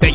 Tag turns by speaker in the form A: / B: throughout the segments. A: Thank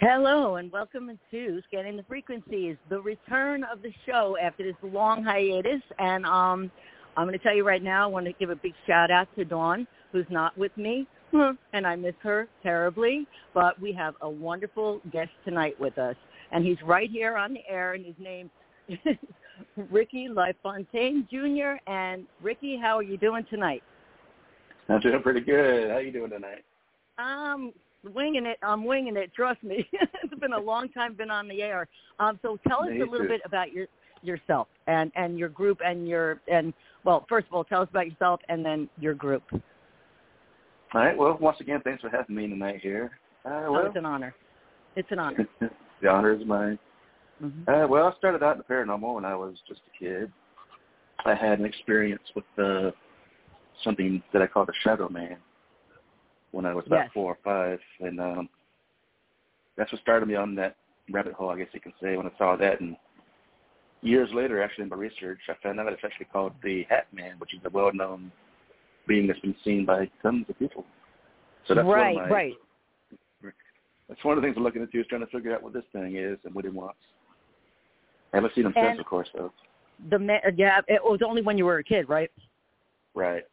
B: Hello and welcome to Scanning the Frequencies, the return of the show after this long hiatus. And um, I'm going to tell you right now, I want to give a big shout out to Dawn, who's not with me, and I miss her terribly. But we have a wonderful guest tonight with us, and he's right here on the air, and his name is Ricky LaFontaine Jr. And Ricky, how are you doing tonight?
C: I'm doing pretty good. How you doing tonight?
B: I'm winging it. I'm winging it. Trust me. it's been a long time been on the air. Um, so tell us
C: Me
B: a little
C: too.
B: bit about your yourself and and your group and your and well, first of all, tell us about yourself and then your group.
C: All right. Well, once again, thanks for having me tonight here. Uh,
B: Oh,
C: well,
B: it's an honor. It's an honor.
C: the honor is mine.
B: hmm
C: Uh, well, I started out in the paranormal when I was just a kid. I had an experience with uh, something that I call the Shadow Man when I was about
B: Yes.
C: four or five, and um, that's what started me on that rabbit hole, I guess you can say, when I saw that. And years later, actually, in my research, I found out it's actually called the Hat Man, which is a well-known being that's been seen by tons of people. So that's
B: right,
C: one of my,
B: right.
C: That's one of the things I'm looking into is trying to figure out what this thing is and what it wants. I haven't seen him since,
B: And-
C: of course, though.
B: The man, yeah, it was only when you were a kid, right?
C: Right.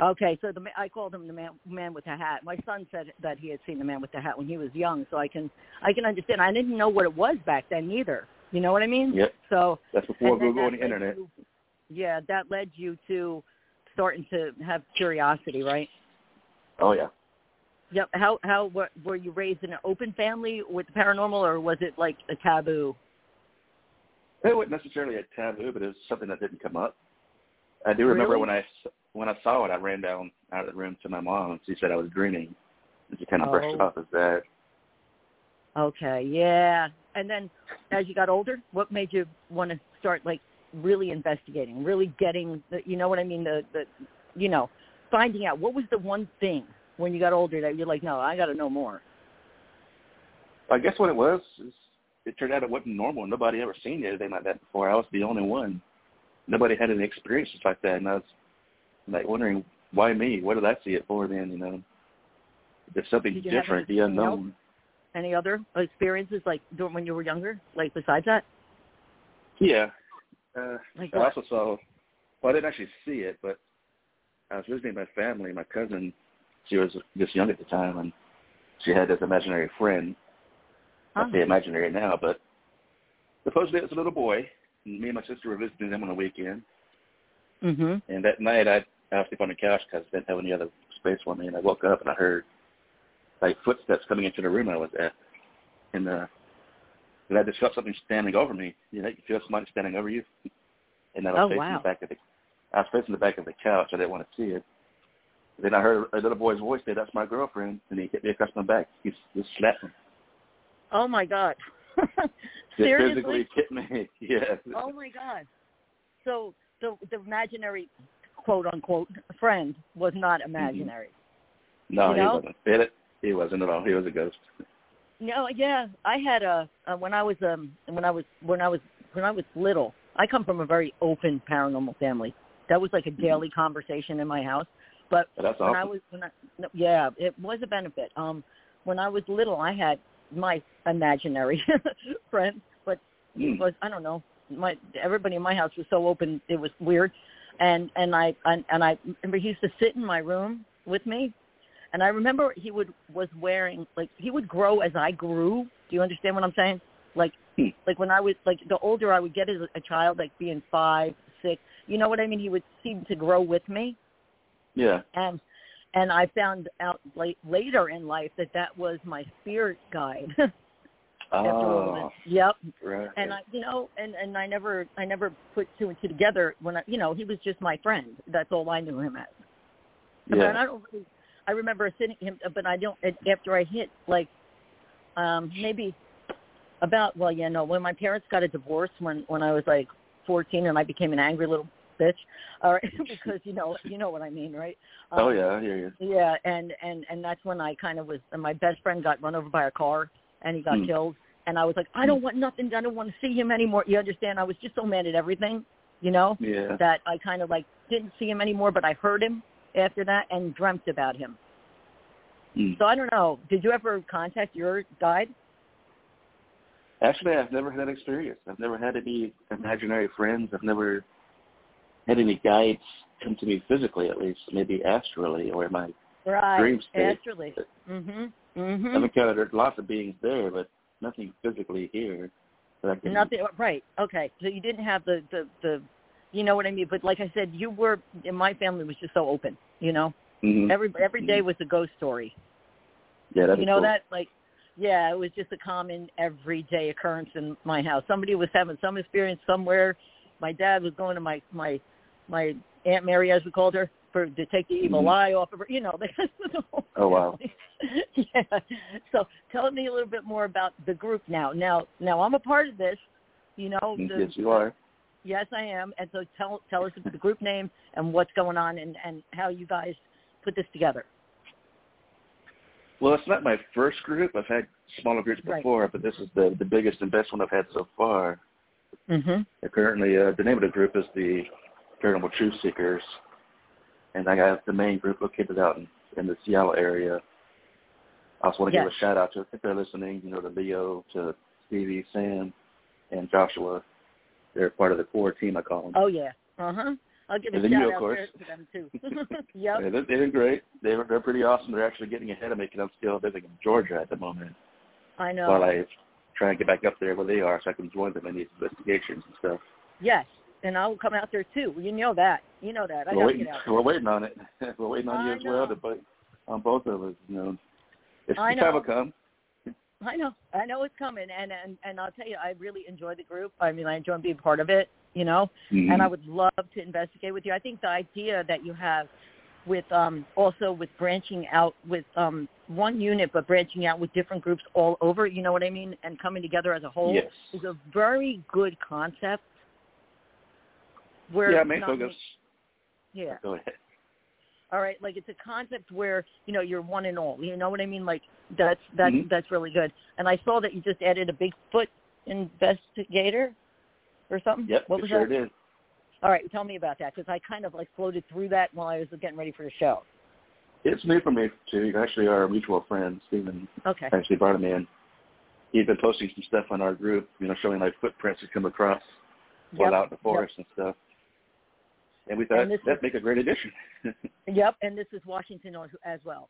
B: Okay, so the ma- I called him the man, man with the hat. My son said that he had seen the man with the hat when he was young, so I can I can understand. I didn't know what it was back then either. You know what I mean?
C: Yep.
B: So
C: That's before
B: then
C: Google
B: that
C: and the
B: led
C: internet.
B: you- yeah, that led you to starting to have curiosity, right?
C: Oh yeah.
B: Yep. How how were, were you raised in an open family with the paranormal, or was it like a taboo?
C: It wasn't necessarily a taboo, but it was something that didn't come up. I do remember
B: Really?
C: when I s- when I saw it, I ran down out of the room to my mom, and she said I was dreaming, and she kind of brushed it
B: Oh.
C: off as that.
B: Okay, yeah. And then as you got older, what made you want to start like really investigating, really getting the, you know what I mean, the the you know, finding out what was the one thing when you got older that you're like, no, I got to know more.
C: I guess what it was is it turned out it wasn't normal. Nobody ever seen anything like that before. I was the only one. Nobody had any experiences like that, and I was like wondering why me? What did I see it for then? You know, there's something
B: Did you have
C: different, the
B: anything else?
C: unknown.
B: Any other experiences like during when you were younger, like besides that?
C: Yeah. Uh,
B: Like
C: I
B: what?
C: also saw. Well, I didn't actually see it, but I was visiting my family. My cousin, she was just young at the time, and she had this imaginary friend.
B: Huh.
C: I say imaginary now, but supposedly it was a little boy. And me and my sister were visiting them on the weekend,
B: Mhm.
C: and that night I I was sleeping on the couch because I didn't have any other space for me, and I woke up and I heard like footsteps coming into the room I was at, and uh, and I just felt something standing over me. You know, you feel somebody standing over you, and I was
B: Oh,
C: facing
B: wow.
C: the back of the I was facing the back of the couch. I didn't want to see it. Then I heard a little boy's voice say, "That's my girlfriend," and he hit me across my back. He s- just slapped me.
B: Oh my god.
C: Just
B: Seriously?
C: physically hit me. yes.
B: Oh my god. So the the imaginary quote unquote friend was not
C: Mm-hmm.
B: imaginary.
C: no,
B: you
C: he
B: know?
C: wasn't. He, he wasn't at all. He was a ghost.
B: No, yeah, I had a uh, when I was um when I was when I was when I was little. I come from a very open paranormal family. That was like a daily conversation in my house. But
C: But Mm-hmm. that's
B: when I
C: awesome.
B: was when I no, yeah, it was a benefit. Um, when I was little, I had my imaginary friend, but
C: Mm.
B: it was I don't know. My everybody in my house was so open, it was weird, and and I and, and I remember he used to sit in my room with me, and I remember he would was wearing like he would grow as I grew. Do you understand what I'm saying? Like
C: Hmm.
B: like when I was like the older I would get as a child, like being five, six, you know what I mean? He would seem to grow with me,
C: yeah.
B: and and I found out late, later in life that that was my spirit guide. after
C: Oh,
B: Yep.
C: right.
B: And I, you know, and and I never, I never put two and two together when I, you know, he was just my friend. That's all I knew him as. And
C: yeah.
B: I don't really, I remember sitting him, but I don't. and After I hit like, um, maybe about well, yeah, no. When my parents got a divorce, when when I was like fourteen, and I became an angry little bitch, all right, because you know, you know what I mean, right? Um,
C: Oh yeah, I hear you.
B: yeah, and and and that's when I kind of was. And my best friend got run over by a car, and he got
C: Hmm.
B: killed. And I was like, I don't want nothing. I don't want to see him anymore. You understand? I was just so mad at everything, you know,
C: Yeah.
B: that I kind of like didn't see him anymore. But I heard him after that and dreamt about him.
C: Mm.
B: So I don't know. Did you ever contact your guide?
C: Actually, I've never had that experience. I've never had any imaginary friends. I've never had any guides come to me physically, at least, maybe astrally or in my.
B: Mm-hmm. Right.
C: Dream state.
B: Naturally.
C: But-
B: Mhm.
C: I've
B: Mhm.
C: encountered there's lots of beings there, but nothing physically here that I can.
B: Nothing. oh, Right. Okay. So you didn't have the the the, you know what I mean. But like I said, you were. And my family was just so open. You know.
C: Mhm.
B: Every every day was a ghost story.
C: yeah, that'd
B: you
C: be
B: know
C: cool.
B: that like yeah, it was just a common everyday occurrence in my house. Somebody was having some experience somewhere. My dad was going to my my my Aunt Mary as we called her for to take the evil
C: Mhm.
B: eye off of her, you know, because
C: Oh, wow.
B: yeah. So tell me a little bit more about the group now. Now now I'm a part of this, you know, the,
C: Mm, yes, you are.
B: Yes, I am. And so tell tell us the group name and what's going on and and how you guys put this together.
C: Well, it's not my first group. I've had smaller groups
B: Right.
C: before, but this is the the biggest and best one I've had so far.
B: Mhm.
C: And currently, uh, the name of the group is the Paranormal Truth Seekers, and I got the main group located out in, in the Seattle area. I also want to give
B: Yes.
C: a shout out to if they're listening, you know, to Leo, to Stevie, Sam, and Joshua. They're part of the core team, I call them.
B: Oh yeah. Uh huh. I'll give a
C: And then
B: shout
C: you, of
B: out
C: course.
B: there to them too. Oh, yep.
C: Yeah, they're, they're great. They're they're pretty awesome. They're actually getting ahead of me because I'm still living in Georgia at the moment.
B: I know.
C: While I try and get back up there where they are, so I can join them in these investigations and stuff.
B: yes. And I will come out there too. You know that. You know that. I
C: we're
B: gotta
C: waiting.
B: get out. there.
C: We're waiting on it. we're waiting on you
B: I
C: as
B: know.
C: well to put on both of us. You know, if
B: I
C: the time
B: know.
C: will come.
B: I know. I know it's coming. And and and I'll tell you, I really enjoy the group. I mean, I enjoy being part of it. You know.
C: Mm-hmm.
B: and I would love to investigate with you. I think the idea that you have with um, also with branching out with um, one unit, but branching out with different groups all over, you know what I mean, and coming together as a whole
C: Yes.
B: is a very good concept. Where
C: yeah,
B: it's
C: main
B: not-
C: focus.
B: Yeah.
C: Go ahead.
B: All right. Like it's a concept where you know you're one and all. You know what I mean? Like that's that's
C: Mhm.
B: that's really good. And I saw that you just added a Bigfoot investigator or something.
C: Yep,
B: What
C: it
B: was
C: sure
B: that?
C: did.
B: All right, tell me about that because I kind of like floated through that while I was getting ready for the show.
C: It's new for me too. Actually, our mutual friend Stephen
B: Okay.
C: actually brought him in. He's been posting some stuff on our group, you know, showing like footprints that come across while
B: Yep,
C: out in the forest and stuff. And we thought
B: And this
C: that'd
B: is-
C: make a great addition.
B: Yep, and this is Washington or- as well.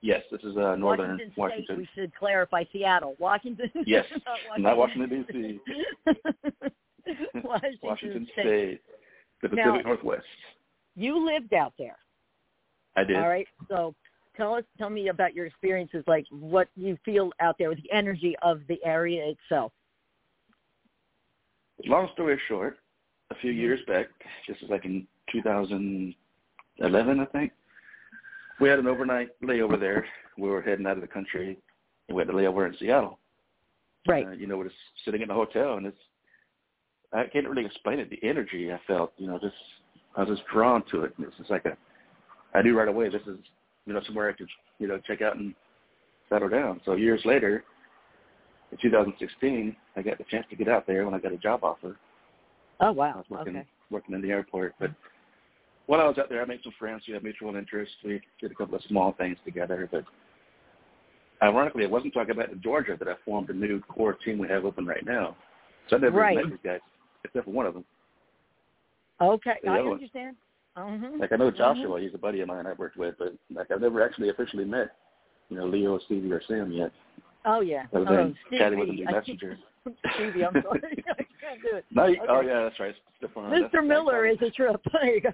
C: yes, this is uh, northern
B: Washington State.
C: Washington.
B: We should clarify Seattle, Washington.
C: Yes,
B: not
C: not Washington D.C.
B: Washington,
C: Washington
B: State.
C: State, the
B: Now-
C: Pacific Northwest.
B: You lived out there.
C: I did.
B: All right. So tell us, tell me about your experiences, like what you feel out there, the energy of the area itself.
C: Long story short, a few years back, this is like in 2011, I think, we had an overnight layover there. We were heading out of the country, and we had a layover in Seattle.
B: Right.
C: Uh, you know, we're just sitting in a hotel, and it's I can't really explain it. The energy I felt, you know, just I was just drawn to it. And It's just like a I knew right away this is you know somewhere I could you know check out and settle down. So years later, in 2016, I got the chance to get out there when I got a job offer.
B: Oh
C: I
B: wow.
C: was working
B: Okay.
C: working in the airport. But while I was out there, I made some friends. We had mutual interests. We did a couple of small things together. But ironically, it wasn't talking about in Georgia that I formed a new core team we have open right now. So I never
B: Right.
C: met these guys except for one of them.
B: Okay.
C: The
B: I
C: other one.
B: understand. Mm-hmm.
C: Like I know Joshua, he's a buddy of mine I worked with, but like I've never actually officially met you know Leo, Stevie, or Sam yet.
B: Oh yeah.
C: Other
B: oh,
C: than chatting with them
B: Stevie.
C: through Messenger.
B: Stevie, I'm sorry. I can't do it.
C: No, you, oh
B: Okay.
C: yeah, Oh, that's right, Stefan.
B: Mr. Miller is a trip. There you go.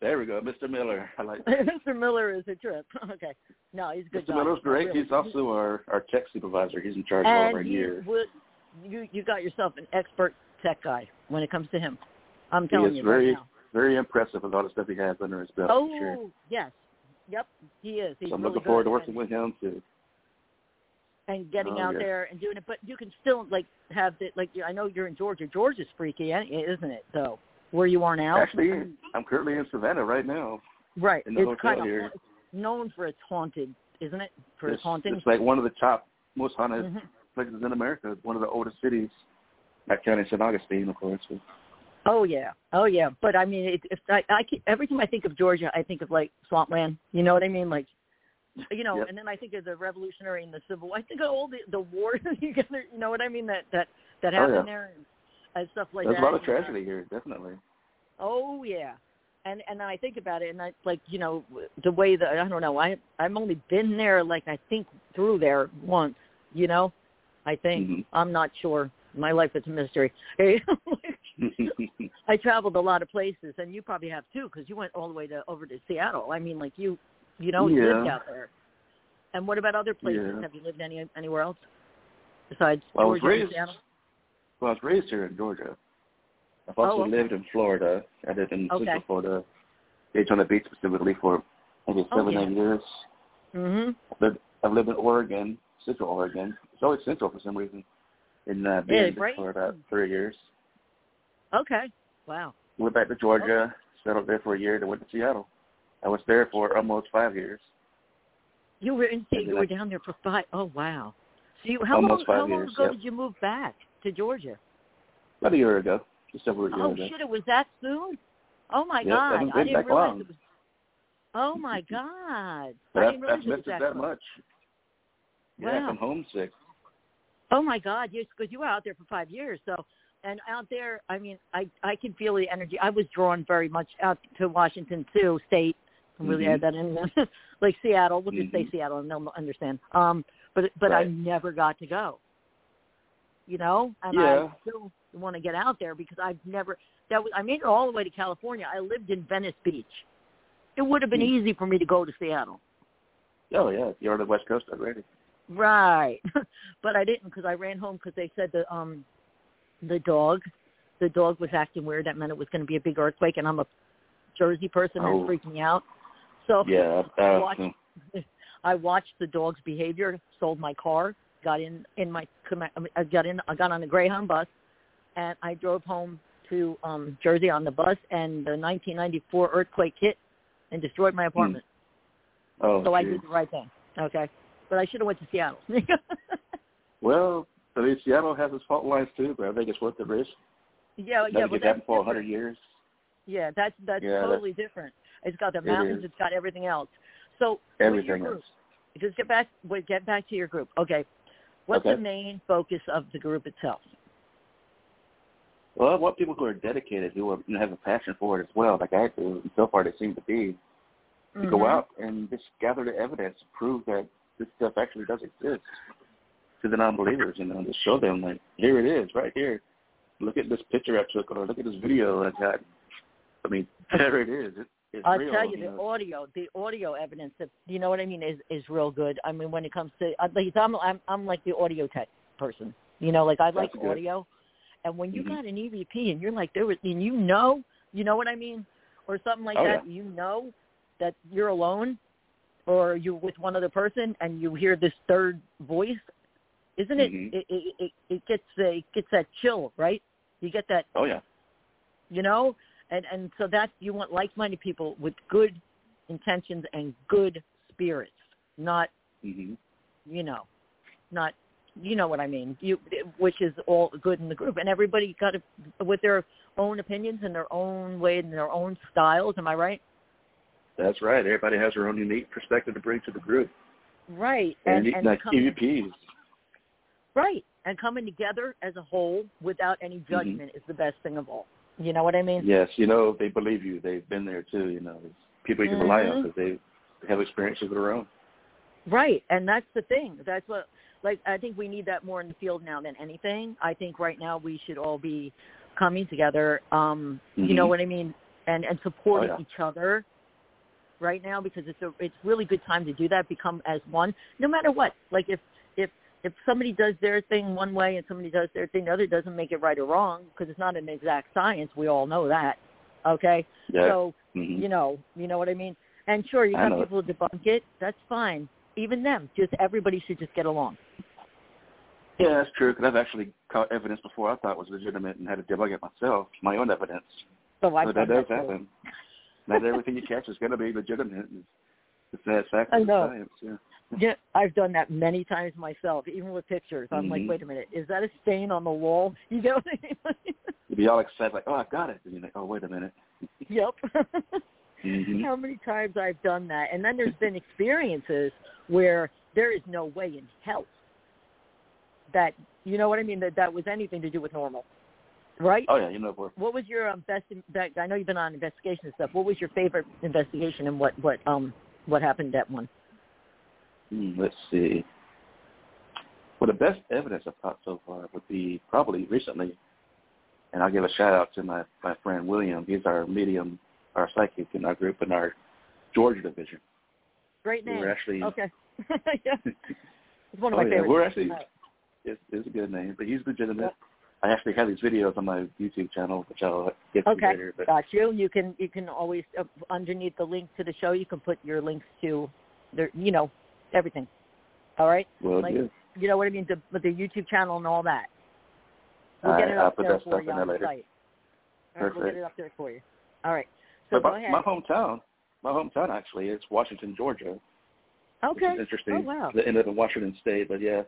C: There we go, Mr. Miller. I like
B: Mr. Miller is a trip. Okay. No, he's a good.
C: Mr.
B: guy.
C: Miller's great.
B: Really.
C: He's also our, our tech supervisor. He's in charge of all of
B: and
C: our
B: he
C: gear.
B: would- you you got yourself an expert tech guy when it comes to him. I'm
C: He
B: telling
C: is
B: you
C: very
B: right now.
C: very impressive with all the stuff he has under his belt.
B: oh
C: for sure.
B: yes, yep, he is. He's
C: So I'm
B: really
C: looking
B: good
C: forward to working
B: and,
C: with him too.
B: and getting
C: Oh,
B: out
C: yeah.
B: there and doing it. But you can still like have the like. you- I know you're in Georgia. Georgia's freaky, eh, isn't it? So where you are now,
C: Actually, I'm currently in Savannah right now.
B: right?
C: in the
B: it's
C: hotel
B: kind
C: here.
B: of known for its haunted, isn't it? For
C: it's,
B: its haunting.
C: it's like one of the top most haunted
B: Mhm.
C: places in America. One of the oldest cities. That county St. Augustine, of course. But
B: Oh yeah, oh yeah. But I mean, it, it's I, I keep- every time I think of Georgia, I think of like swampland. You know what I mean? Like, you know.
C: Yep.
B: And then I think of the Revolutionary and the Civil. I think of all the the wars together. You know what I mean? That that that
C: Oh,
B: happened
C: yeah.
B: there and, and stuff like
C: There's
B: that.
C: a lot of
B: And, uh,
C: tragedy here, definitely.
B: Oh yeah, and and I think about it, and I like you know the way that I don't know. I I've only been there like I think through there once. You know, I think
C: Mhm.
B: I'm not sure. My life is a mystery. I traveled a lot of places, and you probably have too, because you went all the way to over to Seattle. I mean, like you, you know, you
C: Yeah.
B: lived out there. And what about other places?
C: Yeah.
B: Have you lived any anywhere else besides
C: Well, I was
B: Georgia and
C: raised.
B: Seattle?
C: Well, I was raised here in Georgia. I've also
B: Oh, okay.
C: lived in Florida. I lived in
B: Okay.
C: Central Florida, Daytona Beach specifically for maybe
B: Oh,
C: seven,
B: yeah.
C: eight years.
B: Mhm.
C: I've lived, I've lived in Oregon, Central Oregon. It's always Central for some reason. In uh,
B: Yeah,
C: being
B: right.
C: for about three years.
B: Okay. Wow.
C: Went back to Georgia, settled there for a year, then went to Seattle. I was there for almost five years.
B: You were in.
C: And
B: You
C: then
B: were
C: I-
B: down there for five. Oh wow. So you, how long?
C: Almost five
B: How long
C: years,
B: ago
C: yeah.
B: did you move back to Georgia?
C: About a year ago, just over a year
B: oh
C: ago.
B: shit! It was that soon. Oh my
C: Yes, I
B: god!
C: haven't
B: I
C: been
B: didn't
C: back
B: realize
C: long.
B: it was. Oh my god!
C: But
B: I
C: I've,
B: didn't realize
C: I've
B: it was
C: missed it that
B: close.
C: much. Yeah,
B: Wow.
C: I'm homesick.
B: Oh my God, yes, because you were out there for five years. So, and out there, I mean, I I can feel the energy. I was drawn very much out to Washington too, state. I Really
C: Mhm.
B: add that in, like Seattle. We'll just say
C: Mhm.
B: Seattle, and they'll understand. Um, but but I
C: Right.
B: never got to go. You know, and
C: Yeah.
B: I still want to get out there because I've never. That was I made it all the way to California. I lived in Venice Beach. It would have been
C: Mm.
B: easy for me to go to Seattle.
C: Oh yeah, you're on the West Coast already.
B: Right. but I didn't because I ran home because they said the um the dog the dog was acting weird. That meant it was going to be a big earthquake, and I'm a Jersey person
C: Oh.
B: that freaked me out. So
C: Yeah. Uh,
B: Watch. I watched the dog's behavior, sold my car, got in in my comm- I got in I got on a Greyhound bus, and I drove home to um Jersey on the bus, and the 1994 earthquake hit and destroyed my apartment.
C: Hmm. oh,
B: so I
C: geez.
B: did the right thing. Okay, but I should have went to Seattle.
C: Well, I mean, Seattle has its fault lines too, but I think it's worth the risk.
B: Yeah,
C: Doesn't
B: yeah, well,
C: get happened
B: that's
C: for a
B: different.
C: hundred years.
B: Yeah, that's that's
C: Yeah, that-
B: totally different. It's got the
C: It
B: mountains.
C: is.
B: It's got everything else. So with your
C: Everything
B: group,
C: else.
B: just get back. Wait, get back to your group. Okay, what's
C: Okay.
B: the main focus of the group itself?
C: Well, I want people who are dedicated, who are, you know, have a passion for it as well, like I do. And so far, they seem to be. To go
B: Mhm.
C: out and just gather the evidence, prove that this stuff actually does exist to the non-believers, you know, just show them like, here it is, right here. Look at this picture I took, or look at this video I got. I mean, there it is. It, it's
B: I'll
C: real.
B: tell you,
C: you
B: the
C: know.
B: audio, the audio evidence that you know what I mean is is real good. I mean, when it comes to at least I'm I'm, I'm like the audio tech person. You know, like I like
C: That's good.
B: audio, and when you
C: Mhm.
B: got an EVP and you're like there was, and you know, you know what I mean, or something like
C: Oh,
B: that. You know that you're alone, or you're with one other person, and you hear this third voice. Isn't it?
C: Mhm.
B: It, it it it gets the it gets that chill, right? You get that
C: Oh yeah.
B: you know and and so that's you want like minded people with good intentions and good spirits not
C: hmm
B: you know not you know what i mean you which is all good in the group and everybody got to with their own opinions and their own way and their own styles am i right
C: That's right. Everybody has their own unique perspective to bring to the group.
B: right
C: And,
B: and,
C: like E
B: coming-
C: EVPs.
B: right and coming together as a whole without any
C: Mm-hmm.
B: judgment is the best thing of all you know what i mean
C: Yes, you know they believe you. They've been there too. You know, It's people you can rely on
B: Mhm.
C: because they they have experiences of their own.
B: Right, and that's the thing. That's what like I think we need that more in the field now than anything. I think right now we should all be coming together. Um, You know
C: Mhm.
B: what I mean? and and supporting
C: Oh, yeah.
B: each other right now because it's a it's really good time to do that. Become as one, no matter what. Like if if if somebody does their thing one way and somebody does their thing the other, it doesn't make it right or wrong because it's not an exact science. We all know that. Okay,
C: Yeah.
B: so
C: hmm
B: you know, you know what I mean. And sure, you
C: I
B: got
C: know.
B: people who debunk it. That's fine. Even them, just everybody should just get along.
C: Yeah, that's true. Because I've actually caught evidence before I thought was legitimate and had to debug it myself, my own evidence.
B: So I've
C: so
B: done
C: that does
B: that too.
C: happen. Not everything you catch is going to be legitimate. It's the sad fact
B: I
C: of
B: know.
C: science. Yeah.
B: Yeah, I've done that many times myself, even with pictures. I'm like,
C: Mhm.
B: wait a minute, is that a stain on the wall? You know what I mean?
C: You'd be all excited, like, "Oh, I got it," and you're like, "Oh, wait a minute."
B: yep.
C: hmm
B: How many times I've done that. And then there's been experiences where there is no way in hell that, you know what I mean, that that was anything to do with normal. Right?
C: Oh yeah, you know where.
B: What was your um, best, that, I know you've been on investigation and stuff. What was your favorite investigation and what, what, um, what happened at one?
C: Hmm, let's see. Well, the best evidence I've caught so far would be probably recently, and I'll give a shout out to my my friend William. He's our medium, our psychic in our group in our Georgia division.
B: Great
C: We
B: name.
C: were actually
B: Okay. yeah. It's one of
C: Oh,
B: my
C: yeah.
B: favorites.
C: We're actually-
B: Uh,
C: it's, it's a good name, but he's legitimate.
B: Yep.
C: I actually have these videos on my YouTube channel, which I'll get to
B: Okay.
C: later. But
B: Got you. You can you can always uh, underneath the link to the show, you can put your links to their you know everything. All right,
C: well,
B: Like,
C: yeah.
B: you know what I mean. The, with the YouTube channel and all that. We'll
C: All
B: get
C: right,
B: it
C: I'll
B: up
C: put
B: there
C: that
B: for
C: stuff
B: you
C: in
B: on
C: there
B: the
C: later.
B: site. All right, we'll get
C: Perfect.
B: it up there for you. All right. So
C: but
B: go
C: my,
B: ahead.
C: my hometown, my hometown actually is Washington, Georgia. Which
B: okay.
C: is interesting.
B: Oh wow.
C: They ended up in Washington State, but yeah,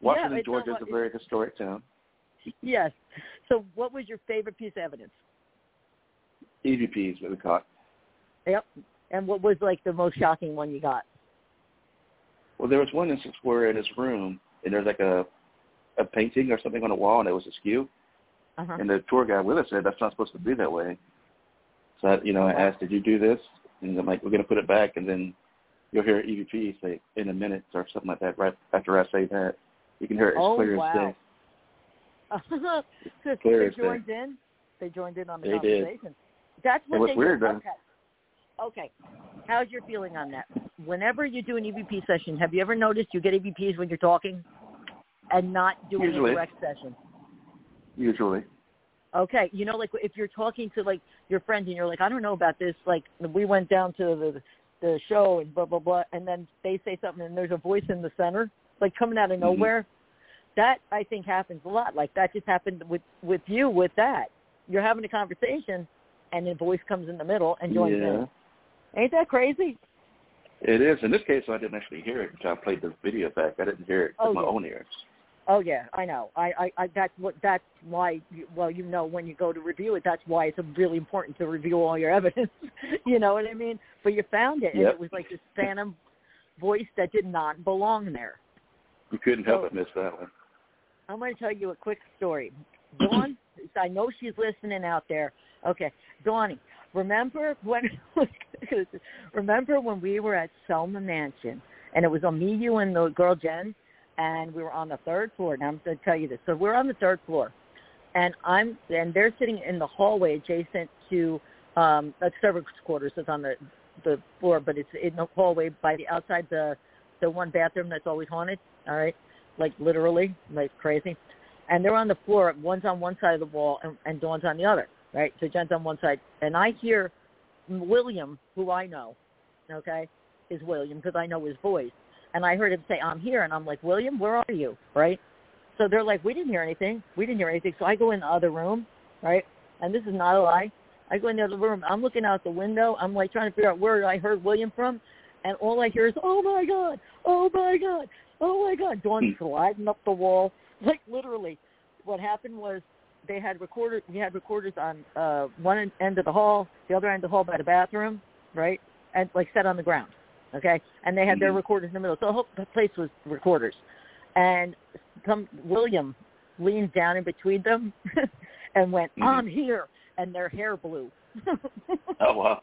C: Washington,
B: it's not
C: Georgia
B: wa-
C: is a very historic town.
B: Yes. So what was your favorite piece of evidence?
C: EVP is what we call it.
B: Yep. And what was like the most shocking one you got?
C: Well, there was one instance where in his room, and there's like a a painting or something on a wall, and it was askew.
B: Uh huh.
C: And the tour guide with us said that's not supposed to be that way. So I, you know, I asked, "Did you do this?" And I'm like, "We're gonna put it back," and then you'll hear EVP say in a minute or something like that. Right after I say that, you can hear it as
B: Oh,
C: clear
B: wow.
C: as day.
B: So
C: Clear
B: they
C: as day.
B: joined in. They joined in on the
C: They did.
B: conversation. That's what
C: It was
B: they
C: weird,
B: do.
C: though.
B: Okay. Okay. How's your feeling on that? Whenever you do an EVP session, have you ever noticed you get EVPs when you're talking and not doing
C: Usually.
B: a direct session?
C: Usually,
B: Okay, you know, like if you're talking to like your friend and you're like, I don't know about this. Like we went down to the the show and blah blah blah, and then they say something and there's a voice in the center, like coming out of
C: Mhm.
B: nowhere. That I think happens a lot. Like that just happened with with you with that. You're having a conversation, and a voice comes in the middle and joins
C: yeah.
B: in. Ain't that crazy?
C: It is. In this case, I didn't actually hear it until I played the video back. I didn't hear it
B: Oh,
C: with my
B: yeah.
C: own ears.
B: Oh yeah, I know. I, I, I that's what that's why. you- Well, you know, when you go to review it, that's why it's really important to review all your evidence. you know what I mean? But you found it, and
C: Yep.
B: it was like this phantom voice that did not belong there.
C: You couldn't help
B: So-
C: but miss that one.
B: I'm going to tell you a quick story. Dawn, I know she's listening out there. Okay, Dawny, remember when? remember when we were at Selma Mansion, and it was on me, you, and the girl Jen, and we were on the third floor. Now I'm going to tell you this. So we're on the third floor, and I'm and they're sitting in the hallway adjacent to um, a servants' quarters. It's on the the floor, but it's in the hallway by the outside the the one bathroom that's always haunted. All right like literally, like crazy. And they're on the floor. One's on one side of the wall, and, and Dawn's on the other. Right. So Jen's on one side, and I hear William, who I know, okay, is William because I know his voice, and I heard him say, "I'm here," and I'm like, "William, where are you?" Right. So they're like, "We didn't hear anything. We didn't hear anything." So I go in the other room, right? And this is not a lie. I go in the other room. I'm looking out the window. I'm like trying to figure out where I heard William from, and all I hear is, "Oh my god! Oh my god! Oh my god!" Dawn sliding up the wall, like literally. What happened was they had recorder. We had recorders on uh one en- end of the hall, the other end of the hall by the bathroom, right, and like set on the ground, okay. And they had their
C: Mhm.
B: recorders in the middle, so the whole place was recorders. And some William leaned down in between them and went,
C: Mhm.
B: "I'm here," and their hair blew.
C: Oh, wow.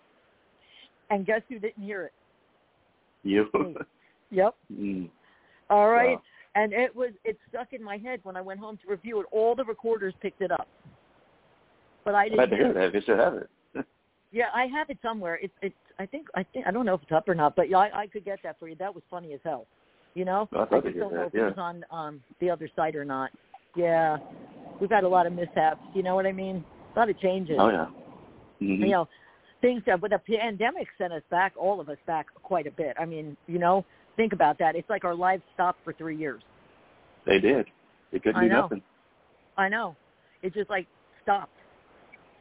B: and guess who didn't hear it?
C: You.
B: Me. Yep.
C: mm.
B: All right.
C: Wow.
B: And it was it stuck in my head when I went home to review it. All the recorders picked it up, but I didn't
C: Glad to
B: hear
C: hear
B: it.
C: that. If you should have it.
B: Yeah, I have it somewhere. It's it's I think I think I don't know if it's up or not, but yeah, I, I could get that for you. That was funny as hell. You know?
C: Well, I'd
B: I
C: love to
B: just
C: hear
B: don't know
C: that,
B: if it was on um the other site or not. Yeah. We've had a lot of mishaps, you know what I mean? A lot of changes.
C: Oh yeah.
B: You
C: Mm-hmm.
B: know, things that with the pandemic sent us back, all of us back quite a bit. I mean, you know, think about that. It's like our lives stopped for three years.
C: They did. They couldn't
B: I
C: do
B: know.
C: nothing.
B: I know. It just like stopped.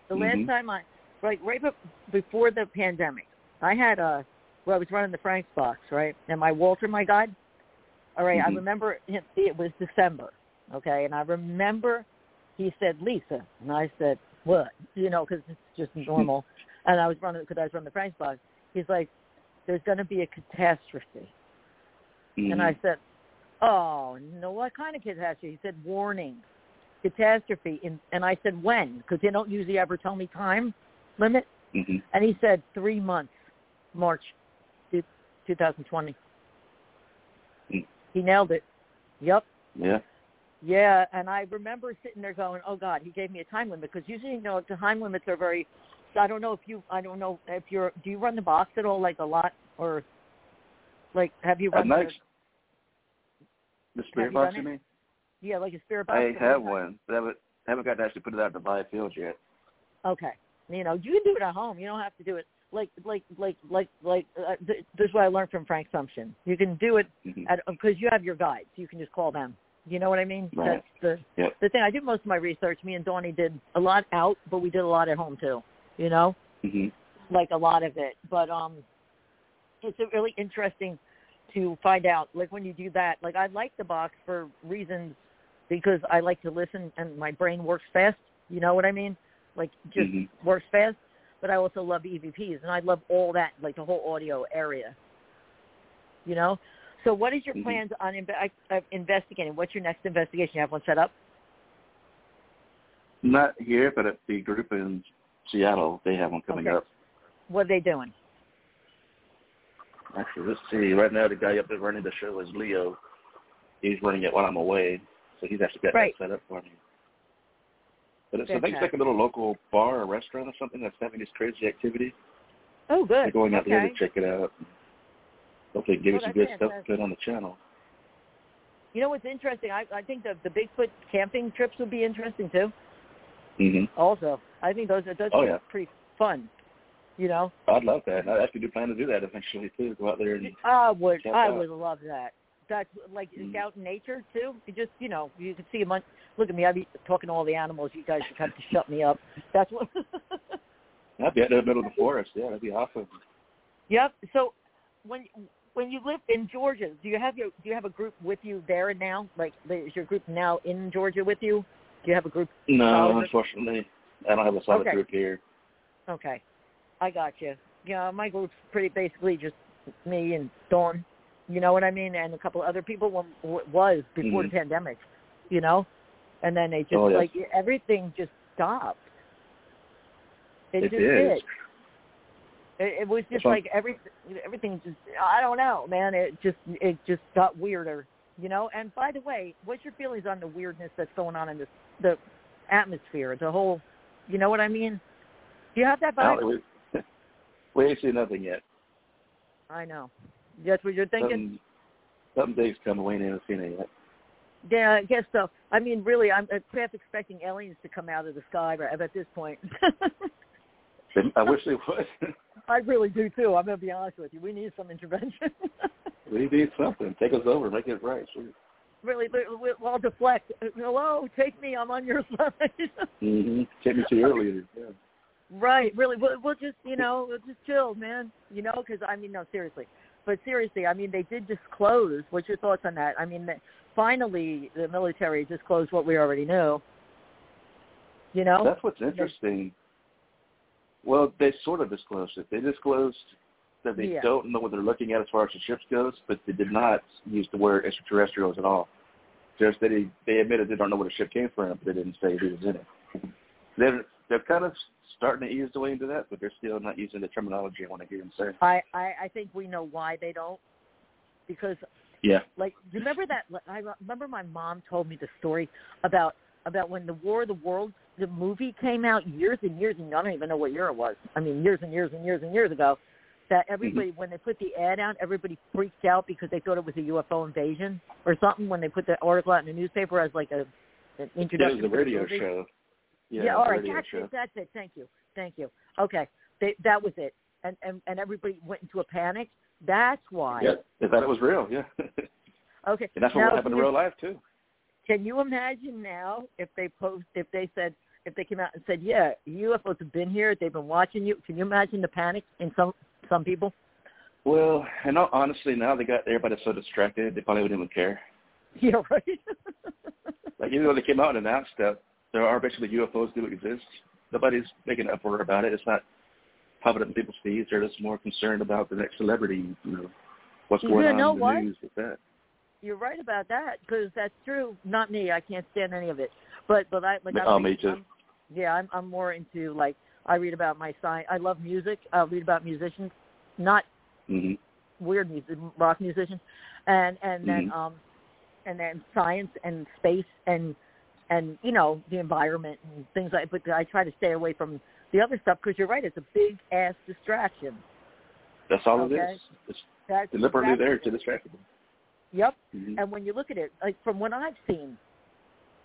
B: The
C: Mhm.
B: last time I, like right be- before the pandemic, I had a, well, I was running the Frank's box, right? And my Walter, my guide, all right, I
C: Mhm.
B: remember him, it was December, okay? And I remember he said, Lisa. And I said, what? You know, because it's just normal. and I was running, because I was running the Frank's box. He's like, there's going to be a catastrophe.
C: Mhm.
B: And I said, "Oh no, what kind of catastrophe?" He said, "Warning, catastrophe." And, and I said, "When?" Because they don't usually ever tell me time limit.
C: Mhm.
B: And he said, three months, March, two- 2020."
C: Hmm.
B: He nailed it. Yep.
C: Yeah.
B: Yeah, and I remember sitting there going, "Oh God, he gave me a time limit." Because usually, you know, the time limits are very. I don't know if you. I don't know if you're. Do you run the box at all, like a lot, or like have you
C: At
B: run?
C: night, the
B: you
C: spirit box
B: done
C: you
B: it?
C: mean?
B: The, yeah, like a spirit box.
C: I
B: but
C: have
B: like-
C: one. But I haven't, haven't got to actually put it out in the live field yet.
B: Okay. You know, you can do it at home. You don't have to do it like like like like like. Uh, th- this is what I learned from Frank Sumption. You can do it
C: Mhm.
B: at because you have your guides. You can just call them. You know what I mean?
C: Right.
B: That's the
C: Yep.
B: the thing. I did most of my research. Me and Donnie did a lot out, but we did a lot at home too. You know,
C: Mhm.
B: like a lot of it. But um, it's a really interesting to find out. Like when you do that, like I like the box for reasons because I like to listen and my brain works fast. You know what I mean? Like just
C: Mhm.
B: works fast. But I also love EVPs and I love all that, like the whole audio area. You know. So what is your
C: Mhm.
B: plans on inve- I- of investigating? What's your next investigation? You have one set up?
C: Not here, but at the group in Seattle, they have one coming
B: Okay.
C: up.
B: What are they doing?
C: Actually, let's see. Right now, the guy up there running the show is Leo. He's running it while I'm away, so he's actually got
B: Right.
C: that set up for me. But it's, I think it's like
B: Fantastic.
C: a little local bar or restaurant or something that's having this crazy activity.
B: Oh,
C: They're
B: good.
C: going out there
B: okay.
C: to check it out. Hopefully, give you
B: Well,
C: some
B: that's
C: good stuff to
B: fantastic.
C: put on the channel.
B: You know what's interesting? I, I think the the Bigfoot camping trips would be interesting too.
C: hmm
B: also. I think those are those
C: Oh,
B: are
C: yeah.
B: pretty fun. You know,
C: I'd love that. I actually do plan to do that eventually too. Go out there and
B: I would
C: Check
B: I
C: out.
B: would love that. That's like it's
C: Mhm.
B: out in nature too. You just you know you can see a bunch. Look at me, I'd be talking to all the animals. You guys would have to shut me up. That's what.
C: I'd be out there in the middle of the forest. Yeah, that'd be awesome.
B: yep. So when when you live in Georgia, do you have your do you have a group with you there now? Like is your group now in Georgia with you? Do you have a group?
C: No,
B: Solid.
C: unfortunately, I don't have a solid
B: Okay.
C: group here.
B: Okay, I got you. Yeah, my group's pretty basically just me and Dawn. You know what I mean? And a couple other people when, w- was before
C: Mhm.
B: the pandemic. You know, and then they just
C: Oh, yes.
B: like everything just stopped. It,
C: It
B: just
C: did.
B: did. It, it was just
C: That's right.
B: like every everything just I don't know, man. It just it just got weirder, you know. And by the way, what's your feelings on the weirdness that's going on in this the atmosphere, the whole, you know what I mean? Do you have that
C: I
B: vibe?
C: don't, we, we ain't seen nothing yet.
B: I know. That's what you're thinking.
C: Something, something big's coming. We ain't even seen it yet.
B: Yeah, I guess so. I mean, really, I'm I'm half expecting aliens to come out of the sky right at this point.
C: And I wish they would.
B: I really do too. I'm gonna be honest with you. We need some intervention.
C: we need something. Take us over. Make it right. Sure.
B: really, we- we- we'll deflect. Hello, take me. I'm on your side.
C: Mm-hmm. Take me to your leader. Yeah.
B: right. Really, we'll, we'll just you know we'll just chill, man. You know, because I mean, no, seriously. But seriously, I mean, they did disclose. What's your thoughts on that? I mean, that finally, the military disclosed what we already knew. You know.
C: That's what's interesting. Well, they sort of disclosed it. They disclosed that they
B: Yeah.
C: don't know what they're looking at as far as the ships goes, but they did not use the word extraterrestrials at all. Just that they, they admitted they don't know where the ship came from, but they didn't say who was in it. They're they're kind of starting to ease the way into that, but they're still not using the terminology I want to hear them say.
B: I, I I think we know why they don't because
C: Yeah.
B: like remember that I remember my mom told me the story about about when the War of the Worlds the movie came out years and years and I don't even know what year it was. I mean years and years and years and years ago that
C: Mm-hmm.
B: everybody when they put the ad out everybody freaked out because they thought it was a UFO invasion or something when they put the article out in the newspaper as like a an
C: That
B: introduction
C: was a
B: to the
C: radio
B: movie.
C: show.
B: Yeah,
C: it was
B: all
C: a
B: right,
C: radio
B: that's
C: show.
B: it, that's it. Thank you. Thank you. Okay. They, that was it. And, and and everybody went into a panic. That's why.
C: Yeah, they thought it was real. Yeah,
B: Okay.
C: and that's what
B: now,
C: would happen
B: can
C: in
B: you-
C: real life too.
B: Can you imagine now if they post if they said if they came out and said, Yeah, UFOs have been here, they've been watching you can you imagine the panic in some some people?
C: Well, and all, honestly, now they got everybody so distracted, they probably wouldn't even care.
B: Yeah, right.
C: Like even though they came out and announced that there are basically UFOs do exist, nobody's making an uproar about it. It's not popping up in people's feeds. They're just more concerned about the next celebrity, you know, what's
B: You
C: going on
B: know
C: in the
B: what?
C: news with that.
B: You're right about that because that's true. Not me. I can't stand any of it. But but I but
C: Me-
B: I'm
C: oh,
B: big-
C: me too.
B: I'm- yeah, I'm I'm more into like I read about my sign. I love music. I read about musicians, not
C: hmm
B: weird music, rock musicians, and and then
C: Mm-hmm.
B: um, and then science and space and and you know the environment and things like. But I try to stay away from the other stuff because you're right. It's a big ass distraction.
C: That's all
B: Okay.
C: it is. It's
B: That's
C: deliberately
B: that's-
C: there to distract people.
B: Yep.
C: Mhm.
B: And when you look at it, like from what I've seen,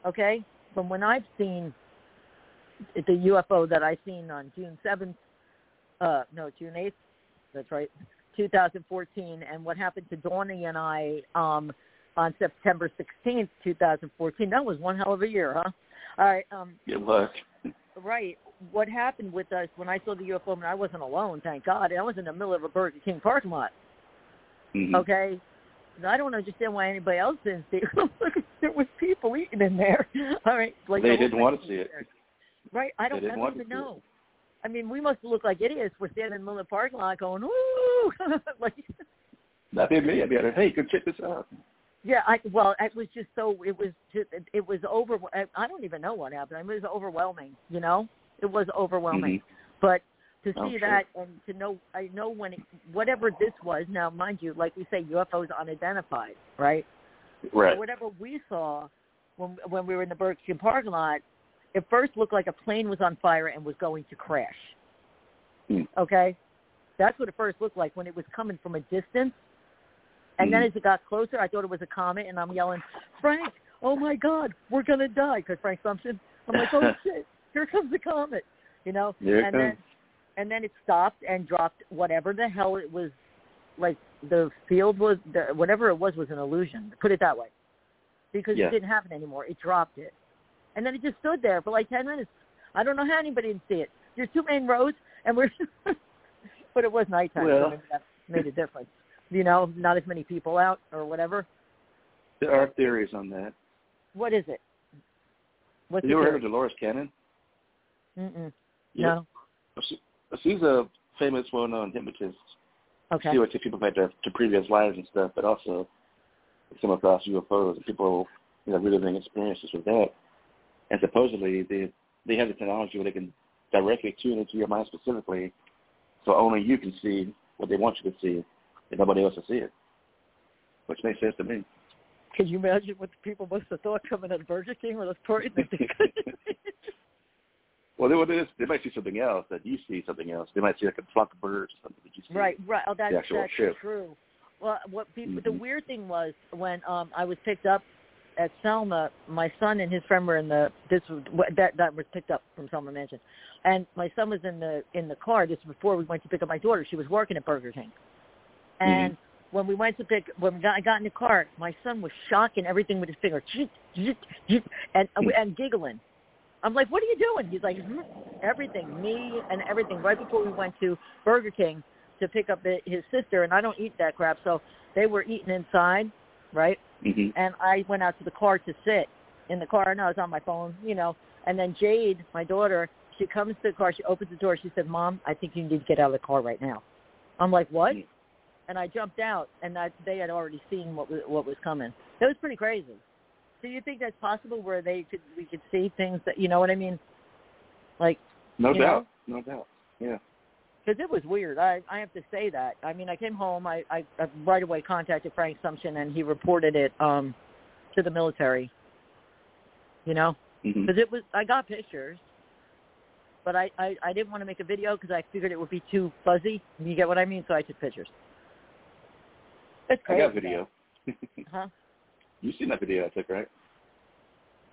B: okay, from when I've seen the UFO that I seen on June seventh, uh, no, June eighth, that's right, two thousand fourteen, and what happened to Donnie and I um, on September sixteenth, two thousand fourteen. That was one hell of a year, huh? All right. Um,
C: It was.
B: Right. What happened with us when I saw the UFO? And I wasn't alone, thank God. And I was in the middle of a Burger King parking lot.
C: Mhm.
B: Okay. And I don't understand why anybody else didn't see it. there was people eating in there. All right. Like
C: They
B: the whole
C: didn't want to
B: place
C: see
B: was
C: it.
B: there. Right. I don't,
C: didn't
B: I don't
C: want to
B: even
C: see it.
B: know. I mean, we must look like idiots. We're standing in the middle of the parking lot going, ooh. like,
C: That'd be me. I'd be like, hey, go check this out.
B: yeah. I, well, it was just so, it was just, it was over. I, I don't even know what happened. I mean, it was overwhelming, you know? It was overwhelming.
C: Mhm.
B: But to see
C: Oh, sure.
B: that and to know, I know when it, whatever this was. Now, mind you, like we say, UFOs unidentified, right?
C: Right.
B: So whatever we saw when when we were in the Burger King parking lot, it first looked like a plane was on fire and was going to crash.
C: Hmm.
B: Okay, that's what it first looked like when it was coming from a distance. And then
C: Mhm.
B: as it got closer, I thought it was a comet, and I'm yelling, "Frank! Oh my God, we're gonna die!" Because Frank Sumption. I'm like, "Oh shit! Here comes the comet!" You know.
C: Here it
B: and
C: comes.
B: then and then it stopped and dropped whatever the hell it was. Like the field was the, whatever it was was an illusion. Put it that way, because
C: Yeah.
B: it didn't happen anymore. It dropped it, and then it just stood there for like ten minutes. I don't know how anybody didn't see it. There's two main roads, and we're. but it was nighttime, so
C: Well.
B: maybe that made a difference. You know, not as many people out or whatever.
C: There are theories on that.
B: What is it? What's
C: Have you
B: it
C: ever heard
B: called?
C: of Dolores Cannon?
B: Mm-mm.
C: Yeah.
B: No.
C: She- She's a famous, well-known hypnotist.
B: Okay.
C: She would take people back to, to previous lives and stuff, but also come across UFOs and people, you know, reliving experiences with that. And supposedly they they have the technology where they can directly tune into your mind specifically, so only you can see what they want you to see, and nobody else will see it. Which makes sense to me.
B: Can you imagine what the people must have thought coming out of Burger King with those toys?
C: Well, they, what it is, they might see something else that you see something else. They might see like a flock of birds or something that you see.
B: right, right. Oh, that's,
C: The actual
B: that's
C: ship.
B: true. Well, what people, the
C: Mhm.
B: weird thing was when um I was picked up at Selma, my son and his friend were in the this was wh- that that was picked up from Selma Mansion, and my son was in the in the car. This was before we went to pick up my daughter. She was working at Burger King, and when we went to pick when we got, I got in the car, my son was shocking everything with his finger, "Chit, chit, chit," and and giggling. I'm like, what are you doing? He's like, "Hmm, everything, me and everything. Right before we went to Burger King to pick up the- his sister, and I don't eat that crap, so they were eating inside, right?
C: hmm
B: and I went out to the car to sit in the car, and I was on my phone, you know. And then Jade, my daughter, she comes to the car, she opens the door, she said, "Mom, I think you need to get out of the car right now." I'm like, "What?"
C: Mm.
B: And I jumped out, and I, they had already seen what was, what was coming. It was pretty crazy. Do you think that's possible where they could we could see things that you know what I mean? Like
C: No
B: You
C: doubt. No doubt. Yeah.
B: because it was weird. I I have to say that. I mean, I came home. I, I I right away contacted Frank Sumption, and he reported it um to the military. You know,
C: Mhm.
B: because it was I got pictures, but I I, I didn't want to make a video because I figured it would be too fuzzy. You get what I mean? So I took pictures. It's
C: I
B: crazy.
C: got video.
B: Huh?
C: you seen that video I took, right?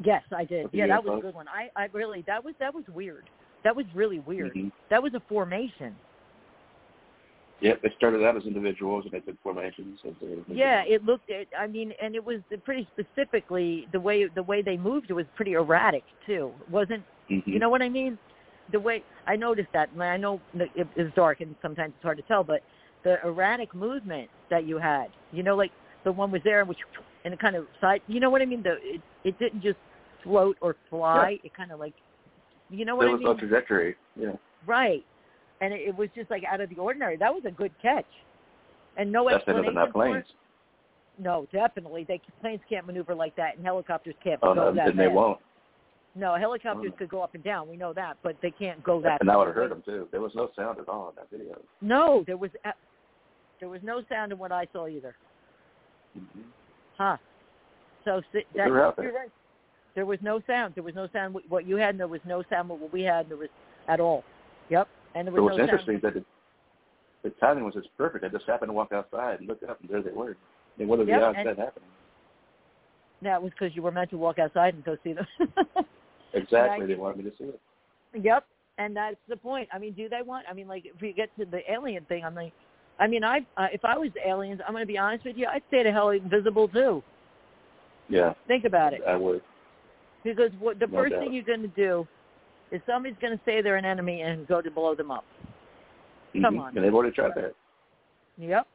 B: Yes, I did.
C: With the
B: Yeah, that was
C: UFOs?
B: a good one. I I really that was that was weird. That was really weird.
C: Mhm.
B: That was a formation.
C: Yep, they started out as individuals and they took formations. As they were-
B: Yeah, it looked. It, I mean, and it was pretty specifically the way the way they moved was pretty erratic too. It wasn't
C: Mhm.
B: You know what I mean? The way I noticed that, and I know that it is dark and sometimes it's hard to tell, but the erratic movement that you had, you know, like the one was there and which and it kind of side, you know what I mean? The it, it didn't just float or fly. It kind of like, you know what
C: there
B: I
C: was
B: mean?
C: a trajectory. Yeah,
B: Right. And it, it was just like out of the ordinary. That was a good catch. And no
C: that's better than
B: explanation
C: that
B: for it.
C: planes.
B: No, definitely. They planes can't maneuver like that, and helicopters can't
C: Oh
B: go
C: no,
B: that
C: and they
B: fast.
C: won't.
B: No, helicopters
C: Oh.
B: could go up and down. We know that, but they can't go that.
C: and I would have
B: fast.
C: heard them too. There was no sound at all in that video.
B: No, there was a- there was no sound in what I saw either.
C: Mm-hmm.
B: Huh. So si-
C: They
B: that,
C: were out there.
B: you're right. There was no sound. There was no sound. with What you had, and there was no sound. with What we had, there was at all. Yep. And there
C: But
B: was
C: what's
B: no
C: interesting
B: sound.
C: is that it, the timing was just perfect. I just happened to walk outside and look up, and there they were. And what are the
B: Yep,
C: odds
B: and-
C: that happened?
B: That was because you were meant to walk outside and go see them.
C: Exactly,
B: Right.
C: they wanted me to see it.
B: yep. And that's the point. I mean, do they want? I mean, like if we get to the alien thing, I'm like, I mean, I uh, if I was aliens, I'm going to be honest with you, I'd stay the hell invisible too.
C: Yeah,
B: Think about it.
C: I would.
B: Because what the
C: No
B: first
C: doubt.
B: thing you're going to do is somebody's going to say they're an enemy and go to blow them up. Come
C: Mhm.
B: on.
C: And they've already tried that.
B: Yep.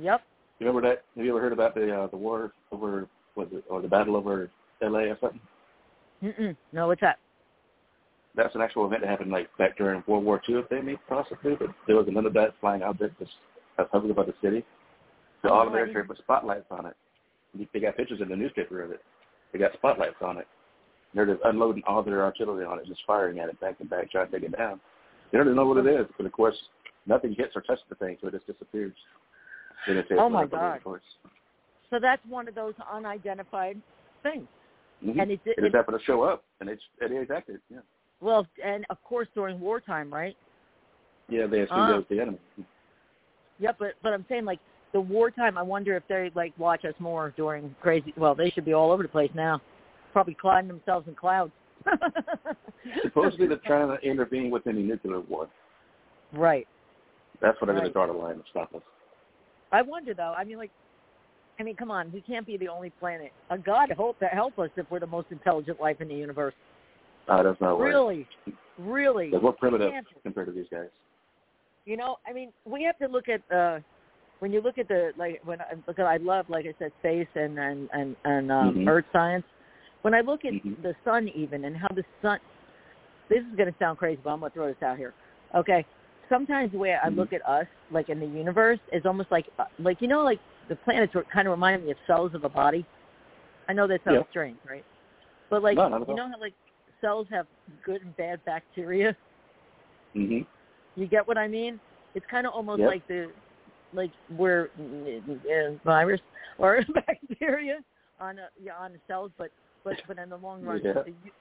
B: Yep.
C: You remember that? Have you ever heard about the uh, the war over was it or the battle over L.A. or something?
B: Mm-mm. No, what's that?
C: That's an actual event that happened like back during World War II, if they may possibly. But there was another bad flying object that was hovering above the city. So all
B: Oh,
C: the
B: I
C: military
B: didn't-
C: put spotlights on it. They- They got pictures in the newspaper of it. They got spotlights on it. They're just unloading all their artillery on it, just firing at it back and back, trying to take it down. They don't even know what it is, but of course, nothing hits or touches the thing, so it just disappears. Then it says
B: Oh, my
C: whatever it is,
B: God.
C: Of course.
B: So that's one of those unidentified things.
C: Mm-hmm.
B: And it
C: it
B: did.
C: just
B: It,
C: happened to show up, and it's and they attacked it. Yeah,
B: well, and of course during wartime, right?
C: yeah, they assumed
B: Ah.
C: it was the enemy.
B: Yep. But but I'm saying like the wartime. I wonder if they like watch us more during crazy. Well, they should be all over the place now. Probably climbing themselves in clouds.
C: Supposedly they're trying to intervene with any nuclear war.
B: right.
C: That's what I'm going
B: Right.
C: to draw the line and stop us.
B: I wonder though. I mean, like, I mean, come on, we can't be the only planet. Uh, God hope that help us if we're the most intelligent life in the universe.
C: Oh, that's not right.
B: Really, really.
C: Because we're primitive
B: Can't you?
C: compared to these guys.
B: You know, I mean, we have to look at uh when you look at the like when I because I love like I said space and and and, and um,
C: Mhm.
B: earth science. When I look at
C: Mhm.
B: the sun even and how the sun this is going to sound crazy, but I'm going to throw this out here. Okay. Sometimes the way I
C: Mhm.
B: look at us, like in the universe, is almost like, uh, like you know, like the planets were kind of remind me of cells of a body. I know that sounds
C: Yeah.
B: strange, right? But like,
C: No, not at
B: you
C: all.
B: know how like cells have good and bad bacteria.
C: hmm
B: You get what I mean? It's kind of almost
C: Yep.
B: like the, like we're uh, virus or bacteria on a, yeah, on the cells, but but but in the long run,
C: Yeah.
B: the, u-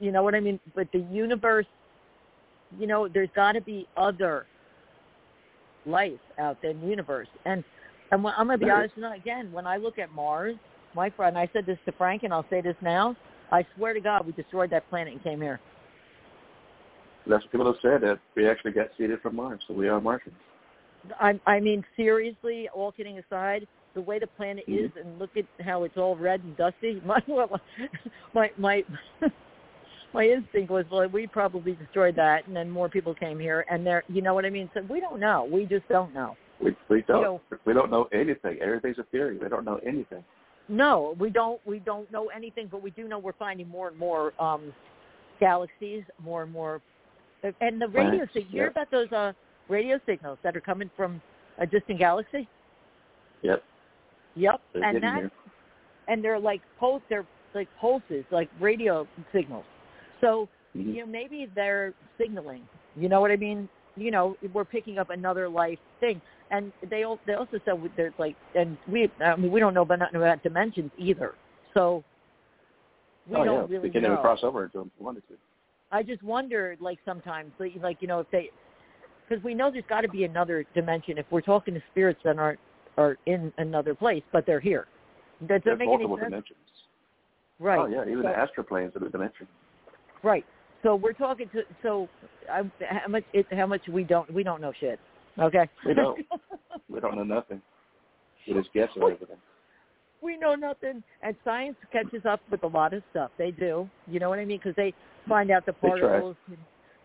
B: you know what I mean. But the universe, you know, there's got to be other life out there in the universe, and and when, I'm gonna be
C: There is.
B: honest, you know, again, when I look at Mars, my friend, I said this to Frank, and I'll say this now. I swear to God, we destroyed that planet and came here.
C: That's what people have said that we actually got seeded from Mars, so we are Martians.
B: I, I mean, seriously, all kidding aside, the way the planet is, and look at how it's all red and dusty. My well, my my my instinct was, well, we probably destroyed that, and then more people came here, and there, you know what I mean. So we don't know. We just don't know.
C: We we don't
B: know-
C: we don't know anything. Everything's a theory. We don't know anything.
B: No, we don't. We don't know anything, but we do know we're finding more and more um galaxies, more and more, and the radio.
C: Planets,
B: sig- you hear
C: yeah.
B: about those uh radio signals that are coming from a distant galaxy?
C: Yep.
B: Yep,
C: They're
B: and
C: getting
B: that
C: here.
B: and they're like pulse they're like pulses like radio signals so
C: Mhm.
B: you know maybe they're signaling you know what i mean you know we're picking up another life thing and they all they also said with- there's like and we i mean we don't know about nothing about dimensions either so
D: we
C: oh
D: don't
C: yeah,
D: really
C: we can
D: know.
C: never cross over until we wanted to.
B: I just wondered, like sometimes, like, like you know, if they, because we know there's got to be another dimension. If we're talking to spirits that aren't are in another place, but they're here, that
C: There's
B: doesn't make any
C: multiple
B: sense,
C: dimensions.
B: right?
C: Oh yeah, even
B: so,
C: the astral planes are a dimension.
B: right. So we're talking to so I, how much it, how much we don't we don't know shit. Okay,
C: We don't. we don't know nothing. We just guess at everything.
B: we know nothing, and science catches up with a lot of stuff. They do, you know what I mean? Because they find out the
C: They try.
B: particles can,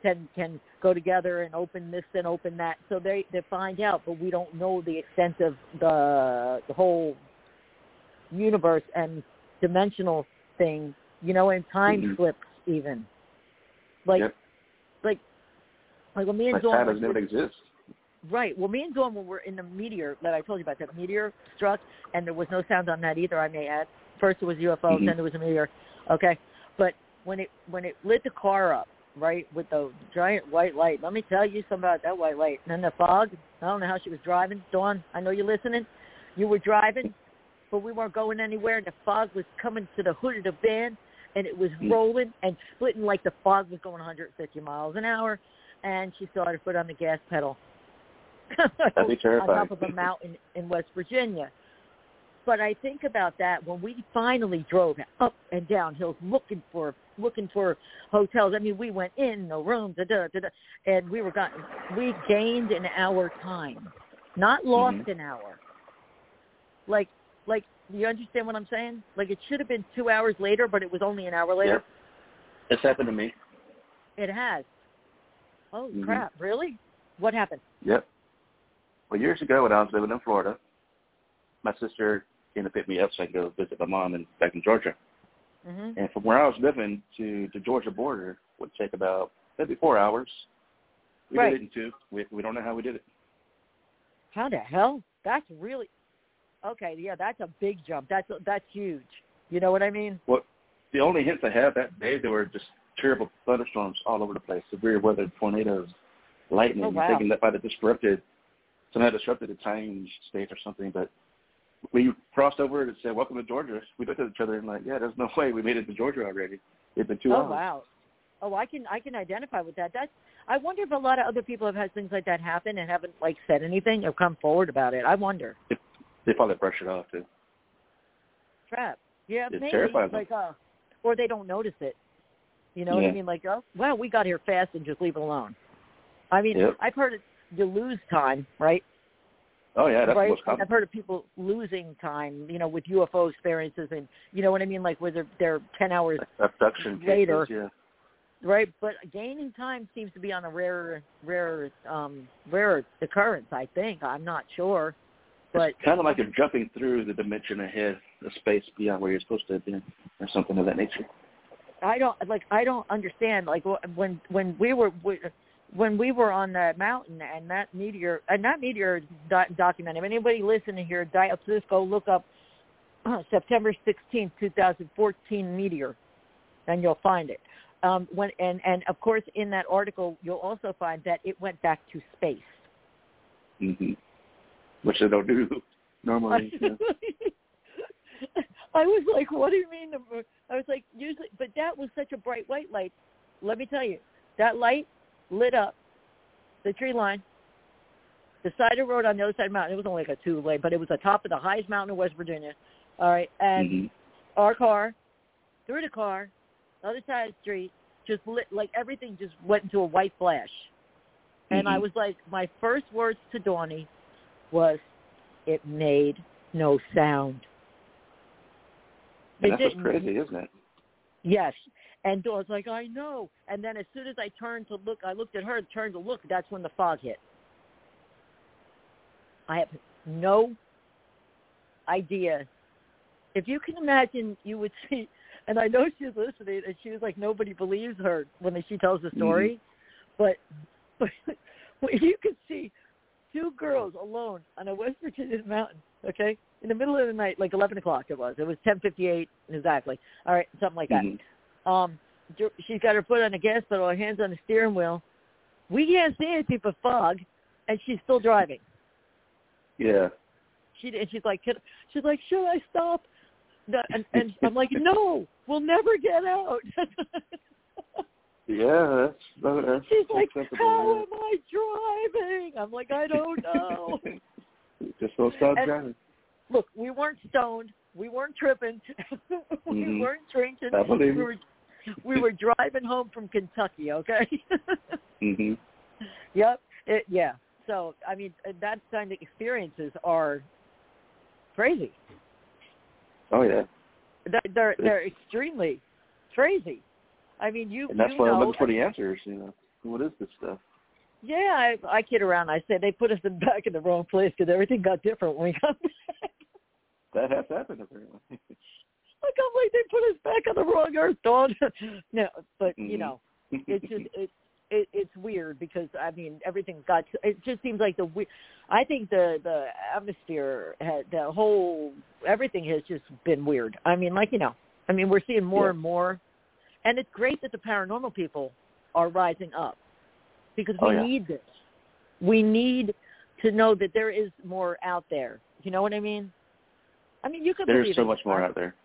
B: can can go together and open this and open that. So they they find out, but we don't know the extent of the the whole universe and dimensional thing, you know, and time
C: Mhm.
B: slips even. Like
C: Yep.
B: like like when me and
C: Like
B: Dawn
C: time
B: were
C: doesn't even exist.
B: Right. Well, me and Dawn, when we're in the meteor that I told you about, that meteor struck, and there was no sound on that either. I may add. First it was UFO,
C: Mhm.
B: then there was a meteor. Okay, but when it when it lit the car up, right, with the giant white light. Let me tell you something about that white light. And then the fog. I don't know how she was driving. Dawn, I know you're listening. You were driving, but we weren't going anywhere. And the fog was coming to the hood of the van, and it was
C: Mm.
B: rolling and splitting like the fog was going 150 miles an hour. And she started her foot on the gas pedal.
C: That'd be terrifying.
B: on top of a mountain in West Virginia. But I think about that when we finally drove up and down hills looking for looking for hotels. I mean, we went in no room, da da da, da and we were got we gained an hour time, not lost
C: Mhm.
B: an hour. Like like you understand what I'm saying? Like it should have been two hours later, but it was only an hour later.
C: Yep. It's happened to me.
B: It has. Oh
C: Mhm.
B: crap! Really? What happened?
C: Yep. Well, years ago when I was living in Florida, my sister came to pick me up so I could go visit my mom in back in Georgia.
B: hmm
C: And from where I was living to the Georgia border would take about maybe four hours. We
B: Right.
C: did it in two. We, we don't know how we did it.
B: How the hell? That's really okay. Yeah, that's a big jump. That's that's huge. You know what I mean?
C: The only hints I had that day, there were just terrible thunderstorms all over the place, severe weather, tornadoes, lightning.
B: Oh, wow.
C: You're thinking that might have disrupted, somehow disrupted the time state or something. But we crossed over and it said, welcome to Georgia. We looked at each other and like, yeah, there's no way we made it to Georgia already. It's been two
B: oh
C: hours.
B: wow. Oh, I can I can identify with that. That's I wonder if a lot of other people have had things like that happen and haven't like said anything or come forward about it. I wonder.
C: They probably brushed it off. Too.
B: Crap. Yeah,
C: It's
B: maybe
C: terrifying.
B: like uh or they don't notice it. You know what I
C: Yeah.
B: mean? Like, oh wow, we got here fast and just leave it alone. I mean,
C: Yep.
B: I've heard it you lose time, right?
C: Oh, yeah, that's
B: right?
C: the most common.
B: I've heard of people losing time, you know, with UFO experiences, and you know what I mean, like where they're, they're ten hours,
C: Abduction
B: Later.
C: cases, yeah.
B: right? But gaining time seems to be on a rarer, rarer, um, rarer occurrence. I think I'm not sure, but
C: it's kind of like you're jumping through the dimension ahead, the space beyond where you're supposed to have been, or something of that nature.
B: I don't like I don't understand like wh- when when we were we- when we were on that mountain and that meteor and that meteor do- documented. If anybody listening here, di- please go look up uh, September sixteenth, two 2014 meteor, and you'll find it. Um, when and and of course in that article you'll also find that it went back to space.
C: hmm Which they don't do normally. yeah.
B: I was like, what do you mean? the moon?" I was like, usually, but that was such a bright white light. Let me tell you, that light lit up the tree line, the side of the road on the other side of the mountain. It was only like a two lane, but it was the top of the highest mountain in West Virginia. All right, and
C: Mhm.
B: our car, through the car, the other side of the street, just lit like everything just went into a white flash. And I
C: Mhm.
B: was like, my first words to Donnie was, "It made no sound."
C: And
B: it
C: that's what's
B: didn't.
C: crazy, isn't it?
B: Yes. And Dawn's like, I know. And then as soon as I turned to look, I looked at her and turned to look. That's when the fog hit. I have no idea. If you can imagine, you would see. And I know she's listening, and she was like, nobody believes her when she tells the story. But, but what you could see two girls alone on a West Virginia mountain, okay, in the middle of the night, like 11 o'clock it was. It was 10.58 exactly. All right, something like that.
C: Mhm.
B: Um, dr- she's got her foot on the gas pedal, her hands on the steering wheel. We can't see anything but fog, and she's still driving.
C: Yeah.
B: She and she's like, "Can- she's like, should I stop? No, and, and I'm like, no, we'll never get out.
C: Yeah, that's, that- that's
B: She's like,
C: acceptable,
B: how
C: yeah.
B: am I driving? I'm like, I don't know.
C: Just don't
B: oh,
C: stop
B: And-
C: driving.
B: Look, we weren't stoned. We weren't tripping. we
C: Mhm.
B: weren't drinking.
C: I believe
B: we
C: you.
B: were we were driving home from Kentucky. Okay.
C: hmm
B: yep. It, yeah. So I mean, uh, that kind of experiences are crazy.
C: Oh yeah,
B: They're they're, they're extremely crazy. I mean, you
C: and that's
B: you
C: why I'm
B: know,
C: looking for the answers. You know, what is this stuff?
B: Yeah, I, I kid around. I said they put us in back in the wrong place because everything got different when we got back.
C: That has happened apparently.
B: Like I'm like they put us back on the wrong earth, Dawn. no, but you
C: Mhm.
B: know, it's just it, it it's weird because I mean everything's got. It just seems like the we. I think the the atmosphere, had, the whole everything has just been weird. I mean, like you know, I mean we're seeing more
C: Yeah.
B: and more, and it's great that the paranormal people are rising up because
C: Oh,
B: we
C: yeah.
B: need this. We need to know that there is more out there. You know what I mean? I mean, you could
C: There's
B: believe
C: so
B: in-
C: much more out there.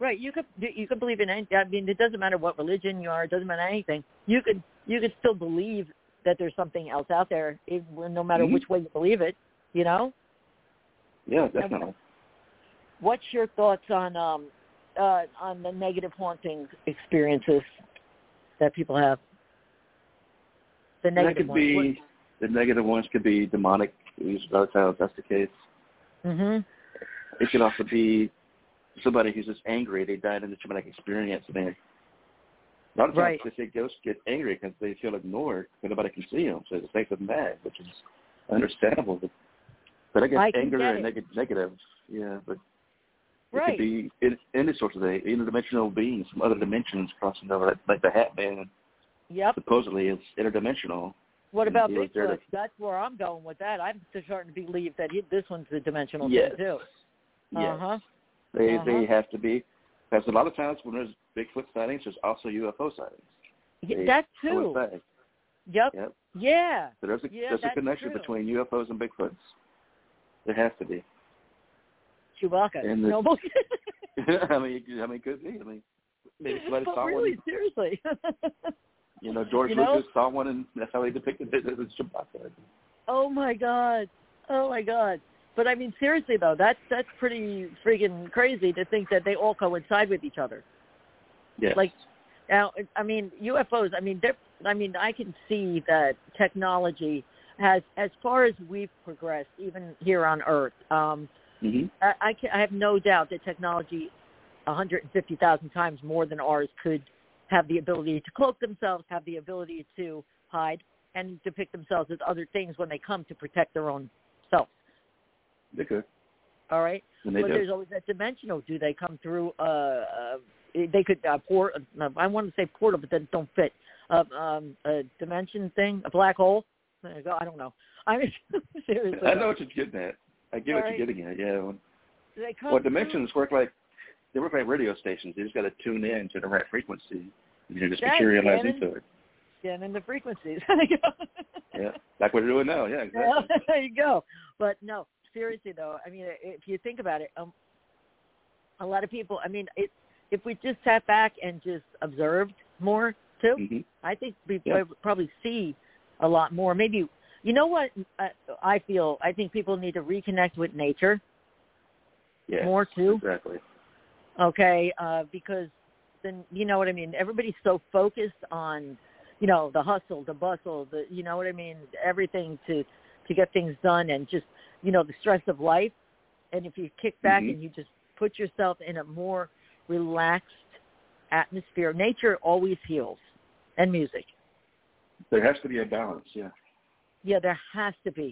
B: Right. You could you could believe in any. I mean, it doesn't matter what religion you are. It doesn't matter anything. You could you could still believe that there's something else out there, if, no matter
C: Mhm.
B: which way you believe it. You know.
C: Yeah, definitely.
B: What's your thoughts on um uh on the negative haunting experiences that people have? The
C: And that
B: negative
C: could be the negative ones could be demonic. Usually, a lot of times that's the case.
B: hmm
C: It could also be somebody who's just angry. They died in a traumatic experience, and they. A lot of times
B: Right.
C: they say ghosts get angry because they feel ignored because nobody can see them, so it makes them mad, which is understandable. But, but I guess
B: I can
C: anger
B: get
C: and
B: it.
C: neg- negative, yeah. But It could
B: Right.
C: be in, any sort of thing, interdimensional beings from other dimensions crossing over, like, like the Hat Man
B: Yep.
C: supposedly is interdimensional.
B: What about
C: he was there to-
B: Bigfoot? That's where I'm going with that. I'm starting to believe that he, this one's a dimensional
C: Yes.
B: thing too.
C: Yes.
B: Uh huh.
C: They
B: uh-huh.
C: they have to be. Because a lot of times when there's Bigfoot sightings, there's also UFO sightings. They
B: That too.
C: coincide.
B: Yep.
C: Yep.
B: Yeah.
C: So there's a
B: Yeah,
C: there's a
B: that's
C: connection
B: true.
C: between UFOs and Bigfoots. There has to be.
B: Chewbacca.
C: And the-
B: no, but,
C: I mean, you- I mean, could be. I mean, maybe somebody
B: but
C: saw
B: really,
C: one.
B: seriously.
C: You know, George
B: you know?
C: Lucas saw one, and that's how he depicted it as a Chewbacca.
B: oh my god. Oh my god. But I mean, seriously though, that's that's pretty friggin' crazy to think that they all coincide with each other.
C: Yes.
B: Like, Now, I mean, UFOs. I mean, they're. I mean, I can see that technology has, as far as we've progressed, even here on Earth. Um,
C: hmm
B: I, I, can, I have no doubt that technology 150,000 times more than ours could have the ability to cloak themselves, have the ability to hide, and depict themselves as other things when they come to protect their own self.
C: They could.
B: All right,
C: And they
B: but
C: do.
B: there's always that dimensional. Do they come through? Uh, uh they could uh, port. Uh, I want to say portal, but that don't fit. Uh, um, a dimension thing, a black hole. There you go. I don't know. I mean, seriously,
C: I know what you're getting at. I get what
B: Alright.
C: you're getting at. Yeah. When,
B: Do they come
C: well,
B: through-
C: dimensions work like they work like radio stations. You just got to tune in to the right frequency. You know, just
B: That's
C: materialize
B: canon.
C: into it.
B: and in the frequencies. There you go.
C: Yeah, like we're doing now. Yeah, exactly.
B: Well, there you go. But no, seriously though, I mean, if you think about it, um, a lot of people. I mean, it, if we just sat back and just observed more too,
C: hmm
B: I think we
C: Yeah.
B: prob- probably see a lot more. Maybe you know what I, I feel. I think people need to reconnect with nature
C: Yeah.
B: more too.
C: Exactly.
B: Okay, uh, because then you know what I mean. Everybody's so focused on you know the hustle, the bustle, the you know what I mean, everything to to get things done and just you know the stress of life. And if you kick back
C: Mhm.
B: and you just put yourself in a more relaxed atmosphere, nature always heals, and music.
C: There has to be a balance. Yeah.
B: Yeah, there has to be.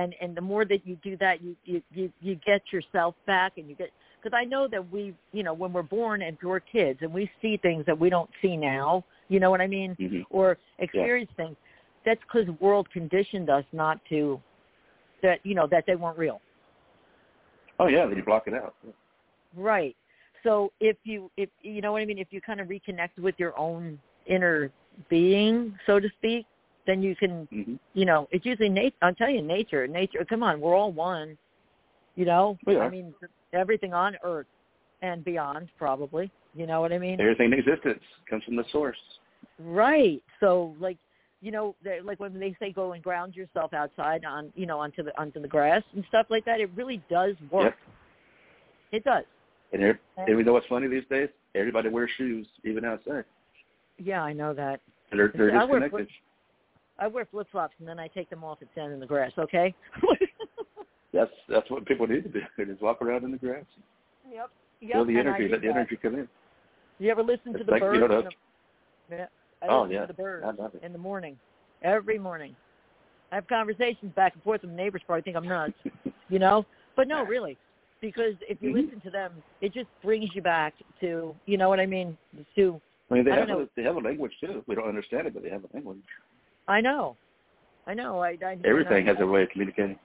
B: And and the more that you do that, you you you, you get yourself back, and you get because I know that we, you know, when we're born and we're kids, and we see things that we don't see now. You know what I mean?
C: hmm
B: Or experience things. That's because world conditioned us not to that you know that they weren't real.
C: Oh yeah, then you block it out.
B: Right. So if you if you know what I mean, if you kind of reconnect with your own inner being, so to speak, then you can
C: Mm-hmm.
B: you know, it's usually nature. I'm telling you, nature, nature. Come on, we're all one. You know,
C: We
B: I
C: are.
B: mean, everything on Earth and beyond, probably. You know what I mean?
C: Everything in existence comes from the source.
B: Right. So like you know, they- like when they say go and ground yourself outside on you know onto the onto the grass and stuff like that, it really does work. It does.
C: And, every, and we know what's funny these days? Everybody wears shoes, even outside.
B: Yeah, I know that.
C: And they're, they're
B: I wear
C: disconnected.
B: I wear flip flops and then I take them off and stand in the grass. Okay.
C: That's that's what people need to do. They just walk around in the grass.
B: yep.
C: Feel the
B: and I
C: energy.
B: do
C: Let the
B: that.
C: energy come in.
B: You ever listen to
C: It's
B: the
C: like, you
B: birds?
C: know,
B: in
C: that's-
B: the, yeah, I
C: Oh,
B: listen
C: yeah.
B: to the birds
C: I love it.
B: in the morning, every morning. I have conversations back and forth with neighbors. Probably think I'm nuts, you know. But no, really, because if you
C: Mhm.
B: listen to them, it just brings you back to, you know what I mean? To
C: I mean, they
B: I
C: have
B: don't
C: a,
B: know.
C: they have a language too. We don't understand it, but they have a language.
B: I know, I know. I, I
C: Everything
B: I,
C: has a way of communicating.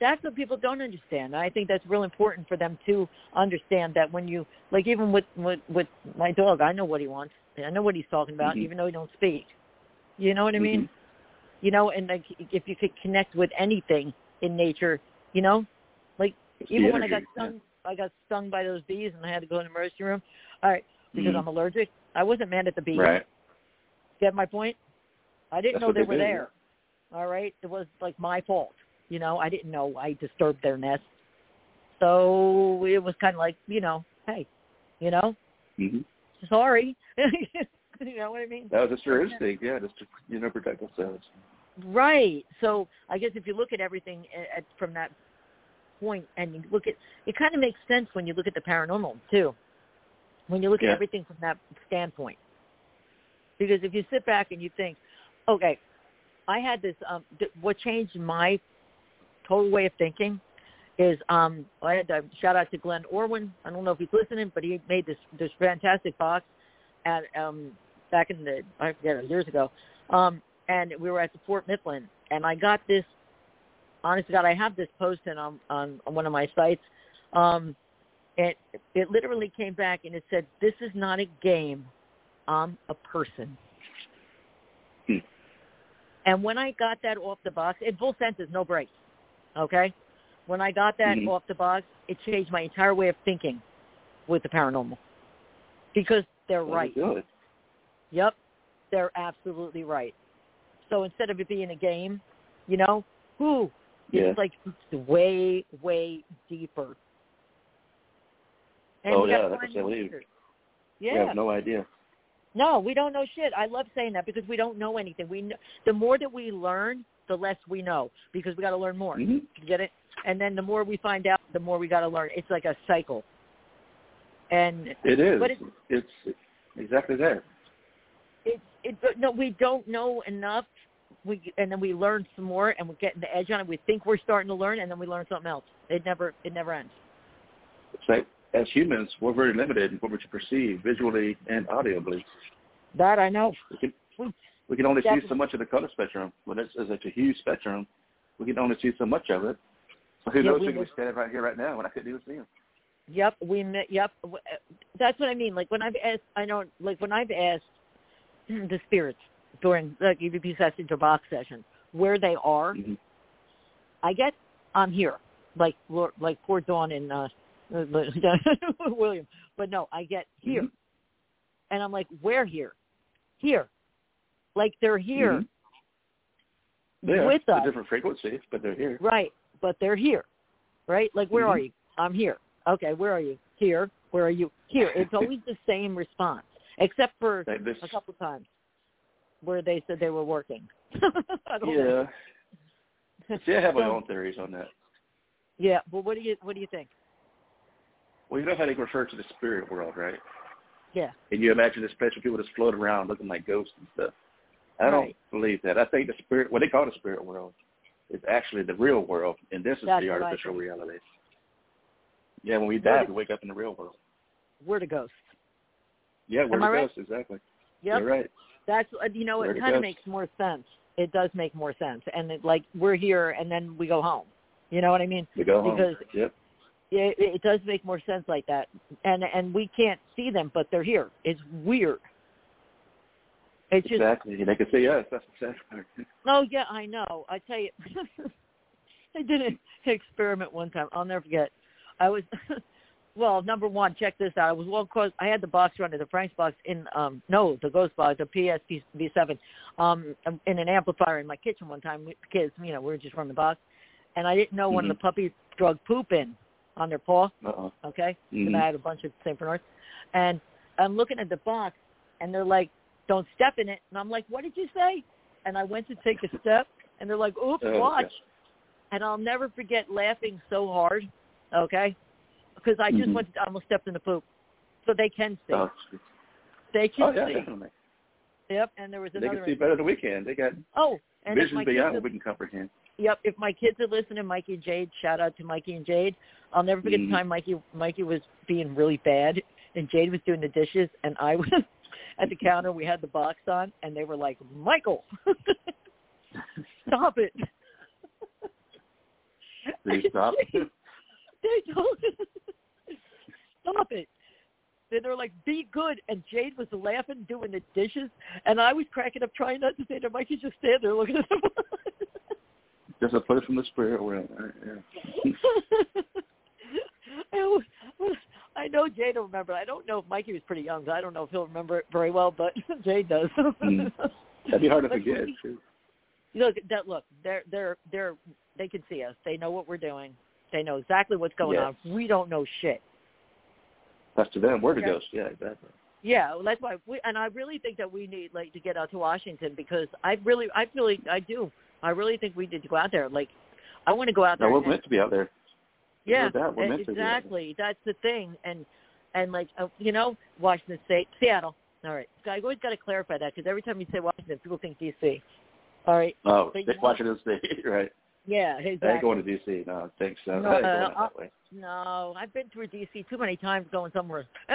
B: that's what people don't understand. And I think that's real important for them to understand that when you like even with with, with my dog, I know what he wants. and I know what he's talking about,
C: Mhm.
B: even though he don't speak. You know what I mean?
C: Mhm.
B: You know, and like if you could connect with anything in nature, you know, like
C: It's the
B: even when I got
C: energy, yeah.
B: stung, I got stung by those bees and I had to go in the emergency room. All right, because
C: Mhm.
B: I'm allergic. I wasn't mad at the bees.
C: Mm-hmm. Right.
B: Get my point? I didn't
C: That's
B: know
C: what
B: they,
C: they
B: were
C: do,
B: there. All right, it was like my fault. You know, I didn't know I disturbed their nest. So it was kind of like, you know, hey, you know,
C: hmm
B: sorry. you know what I mean?
C: That was just your instinct, yeah, just to you know protect themselves.
B: Right. So I guess if you look at everything a- at, from that point, and you look at it, kind of makes sense when you look at the paranormal too. When you look
C: Yeah.
B: at everything from that standpoint, because if you sit back and you think, okay, I had this. Um, th- what changed my total way of thinking is um, I had to shout out to Glenn Orwin. I don't know if he's listening, but he made this this fantastic box at um, back in the I forget years ago, um, and we were at the Fort Mifflin, and I got this. Honest to God, I have this posted on on one of my sites. Um, it it literally came back and it said, "This is not a game. I'm a person."
C: Hmm.
B: And when I got that off the box, in full sentences, no breaks. Okay, when I got that
C: Mhm.
B: off the box, it changed my entire way of thinking with the paranormal because they're
C: Well,
B: right.
C: Good.
B: Yep, they're absolutely right. So instead of it being a game, you know, whoo,
C: Yeah.
B: it's like it's way, way deeper. And
C: Oh,
B: you
C: yeah,
B: gotta
C: like I
B: find
C: said,
B: the
C: we-
B: answers.
C: We
B: Yeah.
C: have no idea.
B: No, we don't know shit. I love saying that because we don't know anything. We know, the more that we learn, the less we know because we got to learn more.
C: hmm
B: You get it? And then the more we find out, the more we got to learn. It's like a cycle. And
C: It is.
B: But it's-
C: it's, exactly that.
B: it, it but no we don't know enough we and then we learn some more and we're getting the edge on it we think we're starting to learn and then we learn something else it never it never ends
C: It's like as humans, we're very limited in what we can perceive visually and audibly.
B: that i know
C: We can,
B: We-
C: we can only see so
B: Definitely.
C: much of the color spectrum. When it's, it's such a huge spectrum, we can only see so much of it. So who
B: Yeah,
C: knows
B: we
C: who could
B: would-
C: be standing right here right now when I couldn't even see him.
B: Yep, we met. Yep, w- uh, that's what I mean. Like when I've asked, I don't like when I've asked the spirits during like EVP sessions or box session where they are.
C: Mhm.
B: I get I'm here, like Lor- like poor Dawn and uh, William. But no, I get here,
C: Mhm.
B: and I'm like, where here? Here, like they're here
C: Mhm. They're
B: with
C: a
B: us.
C: different frequency, but they're here.
B: Right, but they're here, right? Like, where
C: Mhm.
B: are you? I'm here. Okay, where are you? Here. Where are you? Here. It's always the same response, except for
C: Like this.
B: a couple times where they said they were working. I don't know.
C: Yeah. See, I have my
B: So-
C: own theories on that.
B: Yeah. Well, what do you what do you think?
C: Well, you know how they refer to the spirit world, right?
B: Yeah.
C: and you imagine this place where people just float around looking like ghosts and stuff. I
B: Right.
C: don't believe that. I think the spirit, what they call the spirit world, is actually the real world, and this is
B: That's
C: the
B: what I
C: artificial
B: think.
C: reality. Yeah, when we
B: Where
C: die,
B: the-
C: we wake up in the real world.
B: We're the ghosts.
C: Yeah, we're
B: Am I
C: the
B: right?
C: ghosts, exactly.
B: Yep.
C: You're right.
B: That's uh, you know
C: We're
B: it
C: the
B: kind of
C: ghosts.
B: makes more sense. It does make more sense, and it, like we're here, and then we go home. You know what I mean?
C: We go home.
B: Because-
C: yep.
B: it, it does make more sense like that and and we can't see them but they're here it's weird it's just
C: exactly. And they can see us. That's the sad part.
B: oh yeah i know i tell you i did an experiment one time i'll never forget i was Well, number one, check this out. I was well close. I had the box runner, the Frank's box in um no, the Ghost box, the PSV seven, um, in an amplifier in my kitchen one time. We, kids, you know, we were just running the box, and I didn't know one of the
C: Mhm.
B: puppies drug poop in on their paw.
C: Uh-oh.
B: Okay,
C: Mhm.
B: and I had a bunch of Saint Bernards, and I'm looking at the box, and they're like, "Don't step in it," and I'm like, "What did you say?" And I went to take a step, and they're like, "Oops,
C: Oh,
B: watch."
C: gosh.
B: and I'll never forget laughing so hard, okay? Because I just
C: Mhm.
B: went, I almost stepped in the poop. So they can see.
C: Oh, geez.
B: They can
C: Oh, yeah,
B: see.
C: definitely.
B: Yep. And there was
C: They
B: another.
C: can see better than we can. They got
B: Oh, and if
C: vision
B: my kids
C: beyond what
B: are,
C: we can comprehend.
B: yep, if my kids are listening, Mikey and Jade, shout out to Mikey and Jade. I'll never forget
C: Mhm.
B: the time Mikey Mikey was being really bad, and Jade was doing the dishes, and I was at the counter. We had the box on, and they were like, "Michael, stop it."
C: Do you stop?
B: They told stop it. They, they were like, be good. And Jade was laughing, doing the dishes. And I was cracking up, trying not to say to Mikey, just stand there looking at them.
C: Just a push from the spirit world. All right, yeah.
B: I, always- I know Jade will remember. I don't know if Mikey was pretty young, so I don't know if he'll remember it very well, but Jade does.
C: Mm. That'd be hard to
B: But
C: forget.
B: we-
C: too.
B: Look, that look, they're they're they're they can see us. They know what we're doing. They know exactly what's going
C: Yes.
B: on. We don't know shit.
C: That's to them. We're the
B: Okay.
C: ghosts. Yeah, exactly.
B: Yeah, well, that's why. We, and I really think that we need like to get out to Washington because I really, I really, I do. I really think we need to go out there. Like, I want to go out
C: No,
B: there.
C: we're
B: and-
C: meant to be out there.
B: yeah,
C: no doubt, we're
B: e-
C: meant to be out there.
B: exactly. That's the thing. And and like uh, you know, Washington State, Seattle. All right, I always got to clarify that because every time you say Washington, people think D.C. All right.
C: Oh,
B: But
C: they
B: you-
C: Washington State, right?
B: Yeah,
C: They ain't
B: exactly.
C: going to D.C. No, thanks. Uh,
B: No,
C: no, going
B: uh,
C: out that way.
B: No, I've been through D.C. too many times going somewhere.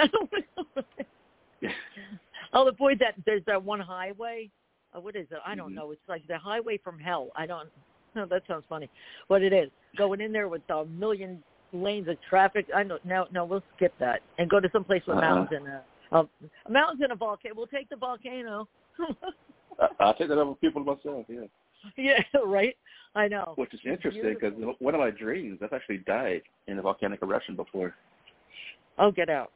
B: I'll avoid that. There's that one highway. Uh, what is it? I don't
C: Mhm.
B: know. It's like the highway from hell. I don't. No, that sounds funny, but it is going in there with a million lanes of traffic. I don't. No, no, we'll skip that and go to some place with uh, um,
C: Uh-uh.
B: mountains and a, a mountains and a volcano. We'll take the volcano.
C: I, I'll take that up with people myself. Yeah.
B: yeah, right. I know.
C: Which is interesting because
B: Oh, Beautiful.
C: one of my dreams, I've actually died in a volcanic eruption before.
B: Oh, get out.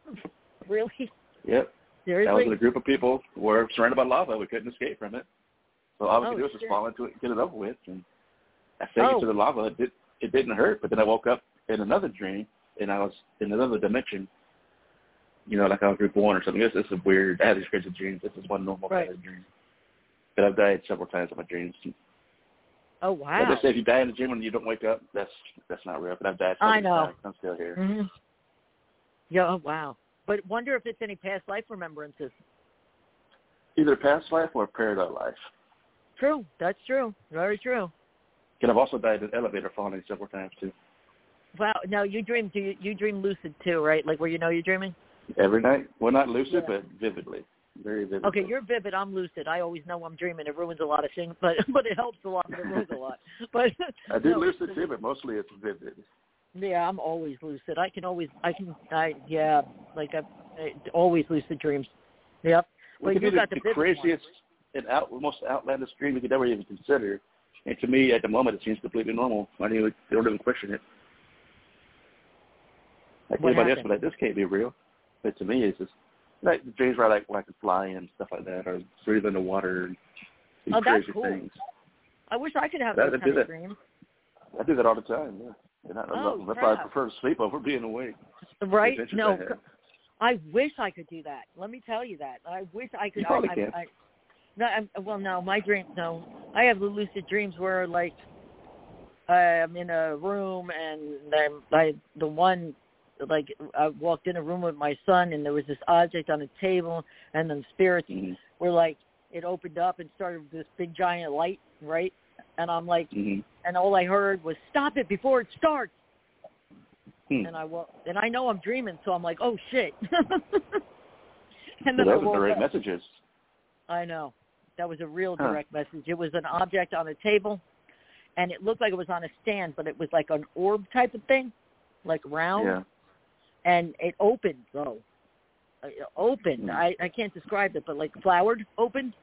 B: Really?
C: Yep.
B: Seriously?
C: I was with a group of people who were surrounded by lava. We couldn't escape from it. So all we could
B: Oh,
C: do was just
B: shit.
C: fall into it and get it over with. And I sank
B: Oh.
C: into the lava. It, did, it didn't hurt, but then I woke up in another dream, and I was in another dimension. You know, like I was reborn or something. This, this is weird. I had these crazy dreams. This is one normal
B: Right.
C: kind of dream. But I've died several times in my dreams.
B: oh, wow.
C: They say if you die in a dream and you don't wake up, that's that's not real. But I've died.
B: I
C: several
B: know.
C: Times. I'm still here.
B: Mhm. Yeah. Oh, wow. But wonder if it's any past life remembrances.
C: Either past life or parallel life.
B: True. That's true. Very true.
C: And I've also died in an elevator falling several times too.
B: Wow. Now you dream. Do you, you dream lucid too? Right? Like where you know you're dreaming.
C: Every night. Well, not lucid,
B: Yeah.
C: but vividly. Very vividly.
B: Okay, you're vivid. I'm lucid. I always know I'm dreaming. It ruins a lot of things, but but it helps a lot. But it ruins a lot. But
C: I do
B: no,
C: lucid too, but mostly it's vivid.
B: Yeah, I'm always lucid. I can always. I can. I yeah. Like I, I always lucid dreams. Yep. Well,
C: It could
B: you
C: be
B: got
C: the,
B: the
C: the
B: vivid
C: craziest and out, most outlandish dream you could ever even consider. And to me, at the moment, it seems completely normal. I don't even, don't even question it. Like
B: What
C: anybody else,
B: happened?
C: would be like this can't be real. But to me, it's just like the dreams where I like, where I can fly and stuff like that, or breathe underwater and do
B: Oh, that's
C: crazy
B: cool.
C: things.
B: I wish I could have
C: That-
B: those
C: do
B: kind of
C: that.
B: dreams.
C: I do that all the time. Yeah, and I, I
B: Oh,
C: love them. That's why I
B: crap.
C: prefer to sleep over being awake.
B: Right?
C: The adventures I
B: No,
C: have.
B: I wish I could do that. Let me tell you that. I wish I could.
C: You probably
B: I,
C: can.
B: I, I, no, I'm, well, no, my dream. No, I have the lucid dreams where like I'm in a room and I'm I the one like I walked in a room with my son and there was this object on a table and then spirits
C: Mhm.
B: were like it opened up and started this big giant light right and I'm like
C: Mhm.
B: and all I heard was stop it before it starts
C: Hmm.
B: and I woke, and I know I'm dreaming, so I'm like, oh shit. and
C: So
B: then I
C: those are
B: woke
C: the right
B: up.
C: messages.
B: I know that was a real
C: Huh.
B: direct message. It was an object on a table, and it looked like it was on a stand, but it was like an orb type of thing, like round,
C: Yeah.
B: and it opened though. Uh, It opened.
C: Hmm.
B: I I can't describe it, but like flowered, opened,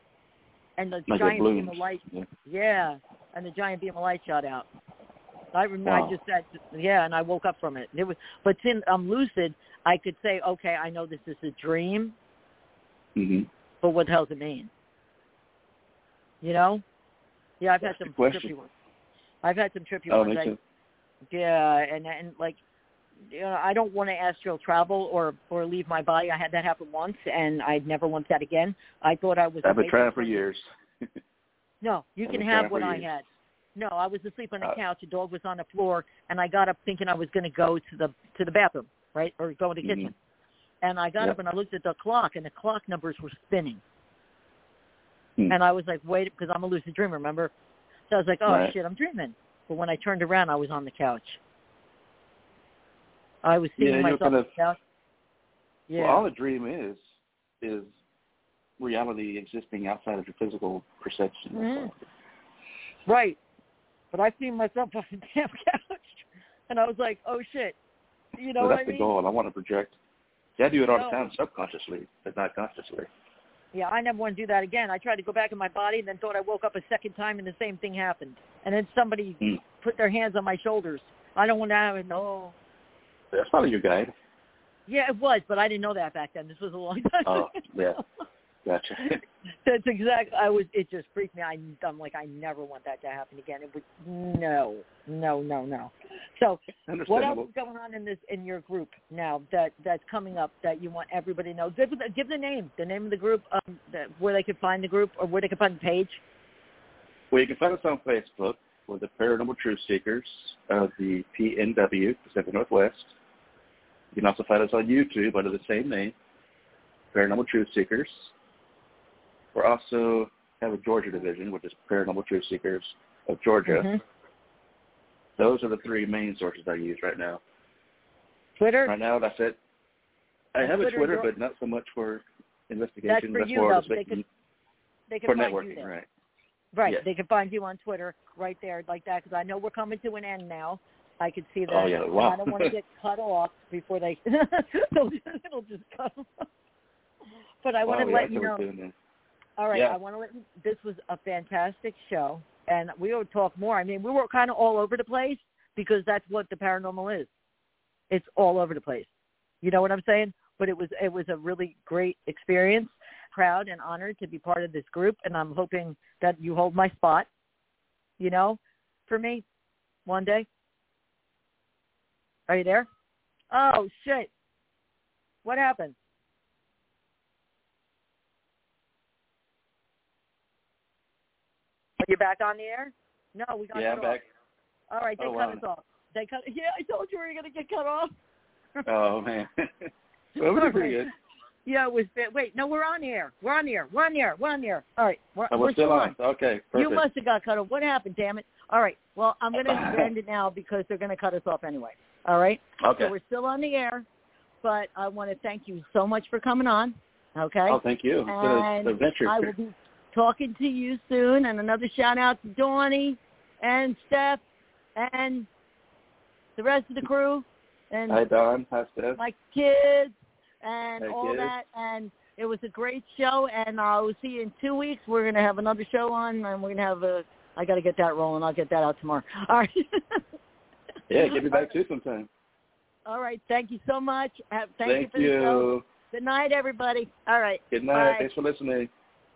B: and the
C: Like it
B: giant beam
C: blooms.
B: of light.
C: Yeah.
B: Yeah, and the giant beam of light shot out. I remember
C: Wow.
B: I just said yeah, and I woke up from it. It was, but since I'm lucid, I could say, okay, I know this is a dream,
C: hmm
B: but what the hell does it mean? You know? Yeah, I've
C: That's the
B: had some
C: question.
B: trippy ones. I've had some trippy
C: Oh,
B: ones.
C: makes
B: I,
C: sense.
B: yeah, and and like, you know, I don't want to astral travel or or leave my body. I had that happen once, and I'd never want that again. I thought I was.
C: I've been
B: awake
C: trying
B: on
C: for
B: some-
C: years.
B: No, you
C: I've
B: can
C: been
B: have
C: trying
B: what
C: for
B: I
C: years.
B: had. No, I was asleep on the
C: Uh,
B: couch. A dog was on the floor, and I got up thinking I was going to go to the to the bathroom, right, or go to the
C: Mhm.
B: kitchen. And I got
C: Yep.
B: up and I looked at the clock, and the clock numbers were spinning.
C: Hmm.
B: And I was like, wait, because I'm a lucid dreamer, remember? So I was like, oh
C: Right.
B: shit, I'm dreaming. But when I turned around, I was on the couch. I was seeing
C: Yeah, you were
B: myself
C: kind
B: on
C: of-
B: the couch. Yeah.
C: Well, all a dream is is reality existing outside of your physical perception.
B: Mhm. Right. But I seen myself on the damn couch, and I was like, "Oh shit," you know
C: so
B: what
C: that's
B: I
C: the
B: mean?
C: goal. I want to project. See, I do it all
B: No.
C: the time subconsciously, but not consciously.
B: Yeah, I never want to do that again. I tried to go back in my body, and then thought I woke up a second time, and the same thing happened. And then somebody
C: Hmm.
B: put their hands on my shoulders. I don't want to have it. No.
C: That's probably your guide.
B: Yeah, it was, but I didn't know that back then. This was a long time.
C: Oh, yeah.
B: ago.
C: Gotcha.
B: That's exact. I was. It just freaked me. I, I'm like, I never want that to happen again. It would. No, no, no, no. So What else
C: Understandable.
B: is going on in this in your group now that that's coming up that you want everybody to know? Give the, give the name, the name of the group, um, that, where they could find the group or where they could find the page.
C: Well, you can find us on Facebook with the Paranormal Truth Seekers of the PNW, Pacific Northwest. You can also find us on YouTube under the same name, Paranormal Truth Seekers. We're also have a Georgia division, which is Paranormal Truth Seekers of Georgia.
B: Mhm.
C: Those are the three main sources I use right now.
B: Twitter.
C: Right now, that's it. I have a
B: Twitter,
C: Twitter,
B: you're-
C: but not so much for investigation.
B: That's for you,
C: more
B: though,
C: just
B: but they
C: making-
B: They can
C: for
B: find you
C: networking,
B: there.
C: right?
B: Right,
C: yeah.
B: They can find you on Twitter, right there, like that. Because I know we're coming to an end now. I could see that.
C: Oh, yeah.
B: And
C: Wow.
B: I don't want to get cut off before they. they'll, it'll just come. But I want to
C: Wow, Oh, yeah,
B: let
C: that's
B: you
C: what
B: know.
C: we're doing
B: All right,
C: Yeah.
B: I want to let you, this was a fantastic show, and we will talk more. I mean, we were kind of all over the place because that's what the paranormal is. It's all over the place. You know what I'm saying? But it was it was a really great experience. Proud and honored to be part of this group, and I'm hoping that you hold my spot. You know, for me, one day. Are you there? Oh shit! What happened? Are you back on the air? No, we got
C: there. Yeah,
B: cut
C: I'm
B: off.
C: back.
B: All right, they
C: Oh,
B: cut
C: wow.
B: us off. They cut. Yeah, I told you we were gonna get cut off.
C: Oh, man. well, we're doing pretty good.
B: Yeah, it was. Wait, no, we're on the air. We're on the air. We're on the air. We're on the air. All right, we're,
C: Oh, we're,
B: we're
C: still on. Okay,
B: You
C: perfect.
B: must have got cut off. What happened? Damn it! All right. Well, I'm gonna end it now because they're gonna cut us off anyway. All right.
C: okay.
B: So we're still on the air, but I want to thank you so much for coming on. Okay.
C: Oh, thank you. It's
B: And
C: an adventure.
B: I will be talking to you soon. And another shout out to Donnie and Steph and the rest of the crew and
C: Hi, Don. Hi, Steph.
B: my kids and
C: Hey,
B: all
C: kids.
B: that. And it was a great show. And I will see you in two weeks. We're gonna have another show on, and we're gonna have a. I got to get that rolling. I'll get that out tomorrow. All right.
C: Yeah, get me back too sometime.
B: All right. Thank you so much. Have- Thank, you
C: Thank
B: for the show. Good night, everybody. All right.
C: Good night.
B: Bye.
C: Thanks for listening.